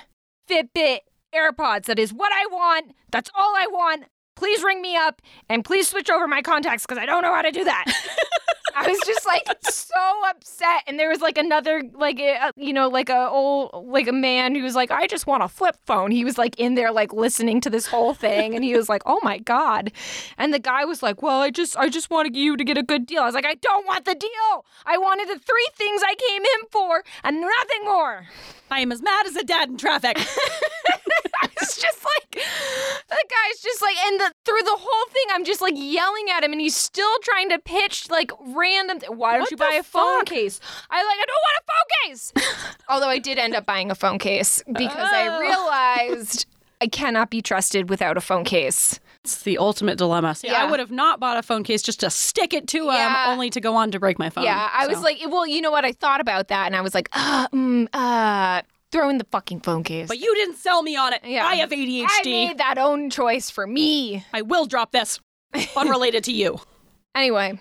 [SPEAKER 2] Fitbit, AirPods. That is what I want. That's all I want. Please ring me up and please switch over my contacts because I don't know how to do that. I was just like so upset, and there was like another like a, you know like a old like a man who was like I just want a flip phone. He was like in there like listening to this whole thing, and he was like, oh my god, and the guy was like, well I just I just wanted you to get a good deal. I was like I don't want the deal. I wanted the three things I came in for and nothing more.
[SPEAKER 4] I am as mad as a dad in traffic.
[SPEAKER 2] I was [LAUGHS] just like, the guy's just like, and the, through the whole thing, I'm just like yelling at him, and he's still trying to pitch like random. Th- Why don't
[SPEAKER 4] What
[SPEAKER 2] you
[SPEAKER 4] the
[SPEAKER 2] buy a phone
[SPEAKER 4] fuck?
[SPEAKER 2] case? I like, I don't want a
[SPEAKER 4] [LAUGHS]
[SPEAKER 2] phone case. Although I did end up buying a phone case because
[SPEAKER 4] Oh.
[SPEAKER 2] I realized I cannot be trusted without a phone case.
[SPEAKER 4] [LAUGHS] It's the ultimate dilemma. See,
[SPEAKER 2] Yeah.
[SPEAKER 4] I would have not bought a phone case just to stick it to him,
[SPEAKER 2] Yeah.
[SPEAKER 4] only to go on to break my phone.
[SPEAKER 2] Yeah, I was
[SPEAKER 4] So-
[SPEAKER 2] like, well, you know what? I thought about that, and I was like, uh, mm, uh, throw in the fucking phone case.
[SPEAKER 4] but you didn't sell me on it.
[SPEAKER 2] Yeah.
[SPEAKER 4] I have ADHD.
[SPEAKER 2] I made that own choice for me.
[SPEAKER 4] I will drop [LAUGHS] this, unrelated to you. [LAUGHS]
[SPEAKER 2] Anyway,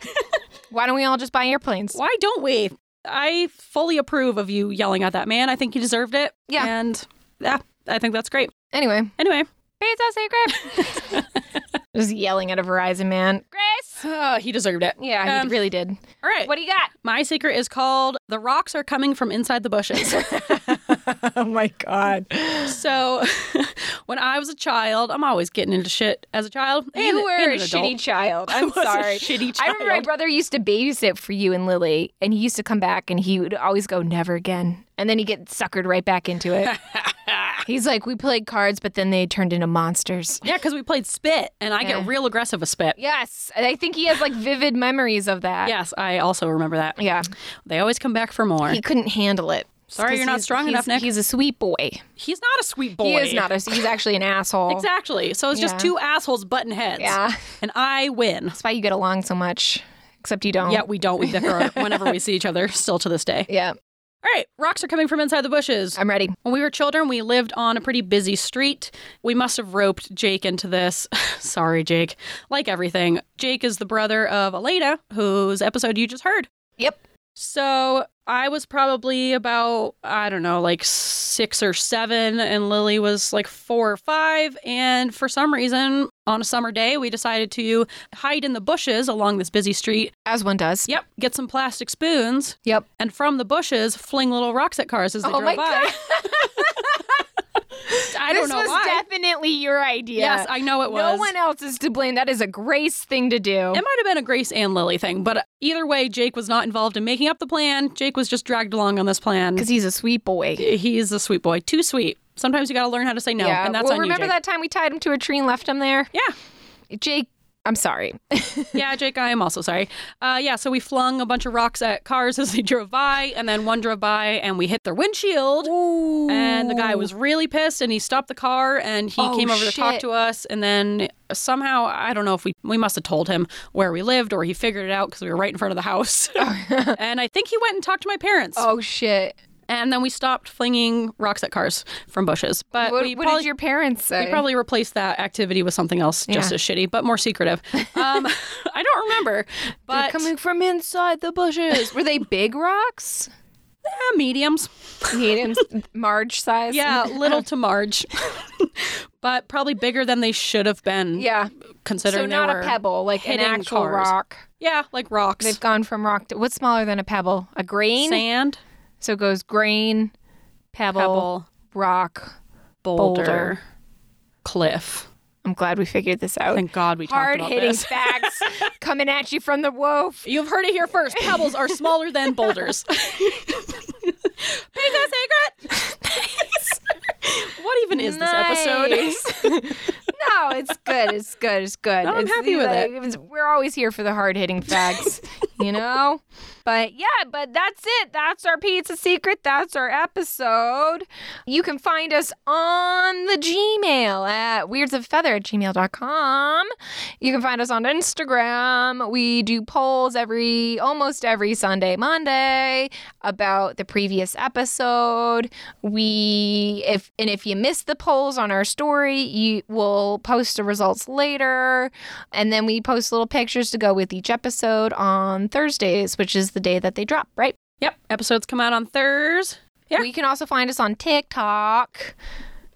[SPEAKER 2] why don't we all just buy airplanes?
[SPEAKER 4] Why don't we? I fully approve of you yelling at that man. I think he deserved it.
[SPEAKER 2] Yeah.
[SPEAKER 4] And yeah, I think that's great.
[SPEAKER 2] Anyway.
[SPEAKER 4] Anyway,
[SPEAKER 2] Grace, I'll say Grace. [LAUGHS] Just yelling at a Verizon man. Grace!
[SPEAKER 4] uh, [SIGHS] he deserved it.
[SPEAKER 2] Yeah, he
[SPEAKER 4] Um,
[SPEAKER 2] really did.
[SPEAKER 4] All right.
[SPEAKER 2] What do you got?
[SPEAKER 4] My secret is called The Rocks Are Coming From Inside the [LAUGHS] Bushes.
[SPEAKER 2] [LAUGHS] oh my God.
[SPEAKER 4] so [LAUGHS] when I was a child, I'm always getting into shit as a child. and-
[SPEAKER 2] You were
[SPEAKER 4] and
[SPEAKER 2] a
[SPEAKER 4] an adult.
[SPEAKER 2] shitty [LAUGHS] child.
[SPEAKER 4] I
[SPEAKER 2] I'm
[SPEAKER 4] was a
[SPEAKER 2] sorry.
[SPEAKER 4] shitty
[SPEAKER 2] I remember my
[SPEAKER 4] child.
[SPEAKER 2] brother used to babysit for you and Lily, and he used to come back and he would always go, never again. And then he'd get suckered right back into [LAUGHS] it. He's like, we played cards, but then they turned into monsters.
[SPEAKER 4] Yeah, because we played spit, and I
[SPEAKER 2] Yeah.
[SPEAKER 4] get real aggressive with spit.
[SPEAKER 2] Yes. And I think he has like vivid memories of that.
[SPEAKER 4] Yes, I also remember that.
[SPEAKER 2] Yeah.
[SPEAKER 4] They always come back for more.
[SPEAKER 2] He couldn't handle it. It's
[SPEAKER 4] Sorry
[SPEAKER 2] 'cause
[SPEAKER 4] you're not
[SPEAKER 2] he's-
[SPEAKER 4] strong
[SPEAKER 2] he's-
[SPEAKER 4] enough, Nick.
[SPEAKER 2] He's a sweet boy.
[SPEAKER 4] he's not a sweet boy.
[SPEAKER 2] He is not a. He's actually an asshole.
[SPEAKER 4] [LAUGHS] Exactly. So it's
[SPEAKER 2] Yeah.
[SPEAKER 4] just two assholes butting heads.
[SPEAKER 2] Yeah.
[SPEAKER 4] And I win.
[SPEAKER 2] That's why you get along so much. Except you don't.
[SPEAKER 4] Yet we don't. We bicker whenever we see each other, still to this day.
[SPEAKER 2] Yeah.
[SPEAKER 4] All right, rocks are coming from inside the bushes.
[SPEAKER 2] I'm ready.
[SPEAKER 4] When we were children, we lived on a pretty busy street. We must have roped Jake into this. [LAUGHS] Sorry, Jake. Like everything, Jake is the brother of Elena, whose episode you just heard.
[SPEAKER 2] Yep.
[SPEAKER 4] So I was probably about, I don't know, like six or seven, and Lily was like four or five. And for some reason, on a summer day, we decided to hide in the bushes along this busy street.
[SPEAKER 2] As one does.
[SPEAKER 4] Yep, get some plastic spoons,
[SPEAKER 2] Yep.
[SPEAKER 4] and from the bushes, fling little rocks at cars as they
[SPEAKER 2] Oh
[SPEAKER 4] drove
[SPEAKER 2] my
[SPEAKER 4] by.
[SPEAKER 2] god.
[SPEAKER 4] [LAUGHS] I don't
[SPEAKER 2] this
[SPEAKER 4] know
[SPEAKER 2] was
[SPEAKER 4] why.
[SPEAKER 2] definitely your idea.
[SPEAKER 4] Yes, I know it was.
[SPEAKER 2] No one else is to blame. That is a Grace thing to do.
[SPEAKER 4] It might have been a Grace and Lily thing, but either way, Jake was not involved in making up the plan. Jake was just dragged along on this plan.
[SPEAKER 2] Because he's a sweet boy.
[SPEAKER 4] He is a sweet boy, too sweet. Sometimes you got to learn how to say no,
[SPEAKER 2] yeah.
[SPEAKER 4] and that's
[SPEAKER 2] well,
[SPEAKER 4] on
[SPEAKER 2] remember
[SPEAKER 4] you, Jake.
[SPEAKER 2] that time we tied him to a tree and left him there?
[SPEAKER 4] Yeah.
[SPEAKER 2] Jake, I'm sorry. [LAUGHS]
[SPEAKER 4] yeah, Jake, I am also sorry. Uh, yeah, so we flung a bunch of rocks at cars [LAUGHS] as they drove by, and then one drove by and we hit their windshield. And the guy was really pissed, and he stopped the car and he
[SPEAKER 2] Oh,
[SPEAKER 4] came over to talk
[SPEAKER 2] shit.
[SPEAKER 4] to us. And then somehow, I don't know if we we must have told him where we lived or he figured it out because we were right in front of the house.
[SPEAKER 2] [LAUGHS]
[SPEAKER 4] [LAUGHS] and I think he went and talked to my parents.
[SPEAKER 2] Oh shit.
[SPEAKER 4] And then we stopped flinging rocks at cars from bushes. But Uh,
[SPEAKER 2] What,
[SPEAKER 4] we
[SPEAKER 2] what
[SPEAKER 4] probably-
[SPEAKER 2] did your parents say?
[SPEAKER 4] we probably replaced that activity with something else just
[SPEAKER 2] Yeah.
[SPEAKER 4] as shitty, but more
[SPEAKER 2] [LAUGHS]
[SPEAKER 4] secretive. Um, [LAUGHS] I don't remember,
[SPEAKER 2] They're
[SPEAKER 4] but
[SPEAKER 2] coming from inside the bushes. Were they big rocks?
[SPEAKER 4] eh, mediums. [LAUGHS]
[SPEAKER 2] Medium, Marge size. [LAUGHS]
[SPEAKER 4] Yeah, little to Marge, [LAUGHS] but probably bigger than they should have been.
[SPEAKER 2] Yeah.
[SPEAKER 4] considering
[SPEAKER 2] so
[SPEAKER 4] they
[SPEAKER 2] not
[SPEAKER 4] were
[SPEAKER 2] a pebble, like an
[SPEAKER 4] hitting
[SPEAKER 2] actual
[SPEAKER 4] cars.
[SPEAKER 2] rock.
[SPEAKER 4] Yeah, like rocks,
[SPEAKER 2] They've gone from rock to what's smaller than a pebble? A grain.
[SPEAKER 4] sand,
[SPEAKER 2] So it goes grain, pebble,
[SPEAKER 4] pebble,
[SPEAKER 2] rock.
[SPEAKER 4] boulder,
[SPEAKER 2] boulder.
[SPEAKER 4] cliff.
[SPEAKER 2] I'm glad we figured this out.
[SPEAKER 4] Thank God we
[SPEAKER 2] Hard
[SPEAKER 4] talked about
[SPEAKER 2] hitting [LAUGHS]
[SPEAKER 4] this. [LAUGHS]
[SPEAKER 2] facts coming at you from the
[SPEAKER 4] [LAUGHS]
[SPEAKER 2] woof. [LAUGHS]
[SPEAKER 4] You've heard it here first. Pebbles are smaller than boulders. [LAUGHS] What even is this episode? [LAUGHS]
[SPEAKER 2] episode? no, it's good. It's good. It's good.
[SPEAKER 4] No, I'm
[SPEAKER 2] It's
[SPEAKER 4] happy with it.
[SPEAKER 2] it's- We're always here for the hard hitting facts,
[SPEAKER 4] [LAUGHS]
[SPEAKER 2] you know? But yeah, but that's it. That's our pizza secret. That's our episode. You can find us on the Gmail at weirdsofeather at gmail.com. You can find us on Instagram. We do polls every almost every Sunday, Monday about the previous episode. We if and if you miss the polls on our story, you will post the results later. And then we post little pictures to go with each episode on Thursdays, which is the day that they drop, right?
[SPEAKER 4] Yep, episodes come out on Thurs. Yeah.
[SPEAKER 2] We can also find us on TikTok.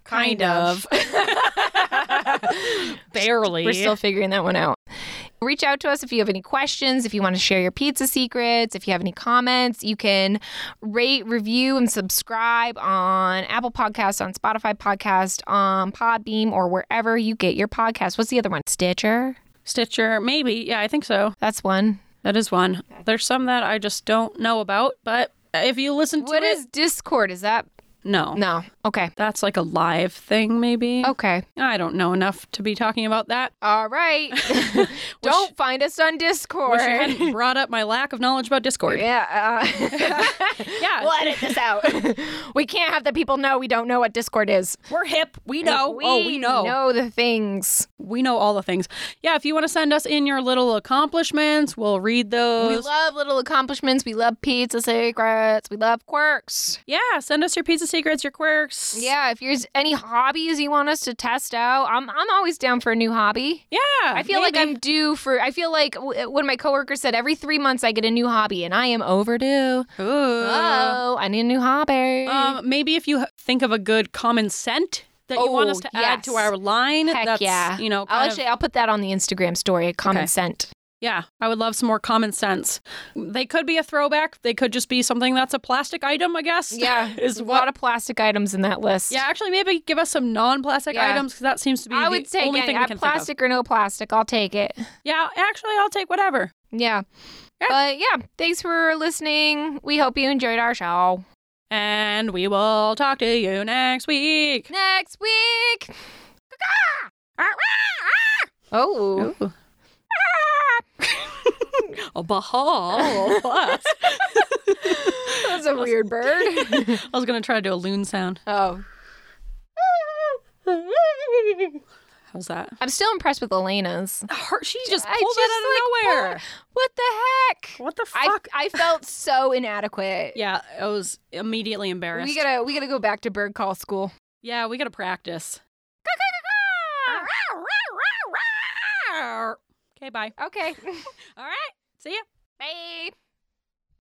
[SPEAKER 4] Kind of. [LAUGHS] Barely.
[SPEAKER 2] We're still figuring that one out. Reach out to us if you have any questions, if you want to share your pizza secrets, if you have any comments. You can rate, review, and subscribe on Apple Podcasts, on Spotify Podcast, on Podbeam, or wherever you get your podcast. What's the other one? Stitcher?
[SPEAKER 4] Stitcher, maybe. Yeah, I think so.
[SPEAKER 2] That's one.
[SPEAKER 4] That is one. There's some that I just don't know about, but if you listen to
[SPEAKER 2] What
[SPEAKER 4] it,
[SPEAKER 2] is Discord? Is that?
[SPEAKER 4] no.
[SPEAKER 2] No. Oh. Okay.
[SPEAKER 4] That's like a live thing, maybe.
[SPEAKER 2] Okay.
[SPEAKER 4] I don't know enough to be talking about that.
[SPEAKER 2] All [LAUGHS] right. Don't find us on
[SPEAKER 4] Wish
[SPEAKER 2] Discord.
[SPEAKER 4] I hadn't brought up my lack of knowledge about Discord.
[SPEAKER 2] [LAUGHS] Yeah. Uh, [LAUGHS]
[SPEAKER 4] Yeah.
[SPEAKER 2] We'll edit this [LAUGHS] out. we can't have the people know we don't know what Discord is.
[SPEAKER 4] We're hip. We know. oh, we know.
[SPEAKER 2] Know the things.
[SPEAKER 4] We know all the things. Yeah, if you want to send us in your little accomplishments, we'll read
[SPEAKER 2] We
[SPEAKER 4] those.
[SPEAKER 2] love little accomplishments. We love pizza secrets. We love quirks.
[SPEAKER 4] yeah, send us your pizza secrets, your quirks.
[SPEAKER 2] Yeah, if there's any hobbies you want us to test out, I'm I'm always down for a new hobby.
[SPEAKER 4] Yeah.
[SPEAKER 2] I feel like
[SPEAKER 4] maybe.
[SPEAKER 2] I'm due for. I feel like w- uh, when my coworker said every three months I get a new hobby, and I am overdue.
[SPEAKER 4] Ooh.
[SPEAKER 2] Oh, I need a new hobby.
[SPEAKER 4] Um, maybe if you h- think of a good common scent that you want
[SPEAKER 2] Oh,
[SPEAKER 4] us to add to
[SPEAKER 2] yes.
[SPEAKER 4] our line,
[SPEAKER 2] Heck
[SPEAKER 4] that's
[SPEAKER 2] yeah.
[SPEAKER 4] you know,
[SPEAKER 2] I'll
[SPEAKER 4] kind of-
[SPEAKER 2] actually I'll put that on the Instagram story. Common
[SPEAKER 4] Okay.
[SPEAKER 2] scent.
[SPEAKER 4] yeah, I would love some more common sense. They could be a throwback. They could just be something that's a plastic item, I guess.
[SPEAKER 2] Yeah,
[SPEAKER 4] [LAUGHS] is
[SPEAKER 2] a
[SPEAKER 4] what.
[SPEAKER 2] lot of plastic items in that list.
[SPEAKER 4] yeah, actually, maybe give us some non-plastic
[SPEAKER 2] Yeah.
[SPEAKER 4] items because that seems to be
[SPEAKER 2] I
[SPEAKER 4] the
[SPEAKER 2] would take
[SPEAKER 4] only
[SPEAKER 2] any,
[SPEAKER 4] thing
[SPEAKER 2] uh,
[SPEAKER 4] we can think
[SPEAKER 2] plastic or no plastic. I'll take it.
[SPEAKER 4] of. Yeah, actually, I'll take whatever.
[SPEAKER 2] Yeah.
[SPEAKER 4] Yeah.
[SPEAKER 2] But yeah, thanks for listening. We hope you enjoyed our show.
[SPEAKER 4] And we will talk to you next week.
[SPEAKER 2] Next week. Oh.
[SPEAKER 4] Ooh. Ah! Oh, a
[SPEAKER 2] [LAUGHS]
[SPEAKER 4] bahal. [LAUGHS]
[SPEAKER 2] That's a weird [LAUGHS] bird.
[SPEAKER 4] I was gonna try to do a loon sound.
[SPEAKER 2] oh.
[SPEAKER 4] How's that?
[SPEAKER 2] I'm still impressed with Elena's.
[SPEAKER 4] Her, she just
[SPEAKER 2] I
[SPEAKER 4] pulled that
[SPEAKER 2] just,
[SPEAKER 4] out
[SPEAKER 2] like,
[SPEAKER 4] of nowhere.
[SPEAKER 2] What the heck?
[SPEAKER 4] What the
[SPEAKER 2] I, I felt so inadequate.
[SPEAKER 4] yeah, I was immediately embarrassed.
[SPEAKER 2] We gotta we gotta go back to bird call school.
[SPEAKER 4] yeah, we gotta practice. Okay, bye.
[SPEAKER 2] Okay.
[SPEAKER 4] All right, see ya.
[SPEAKER 2] [LAUGHS] Bye.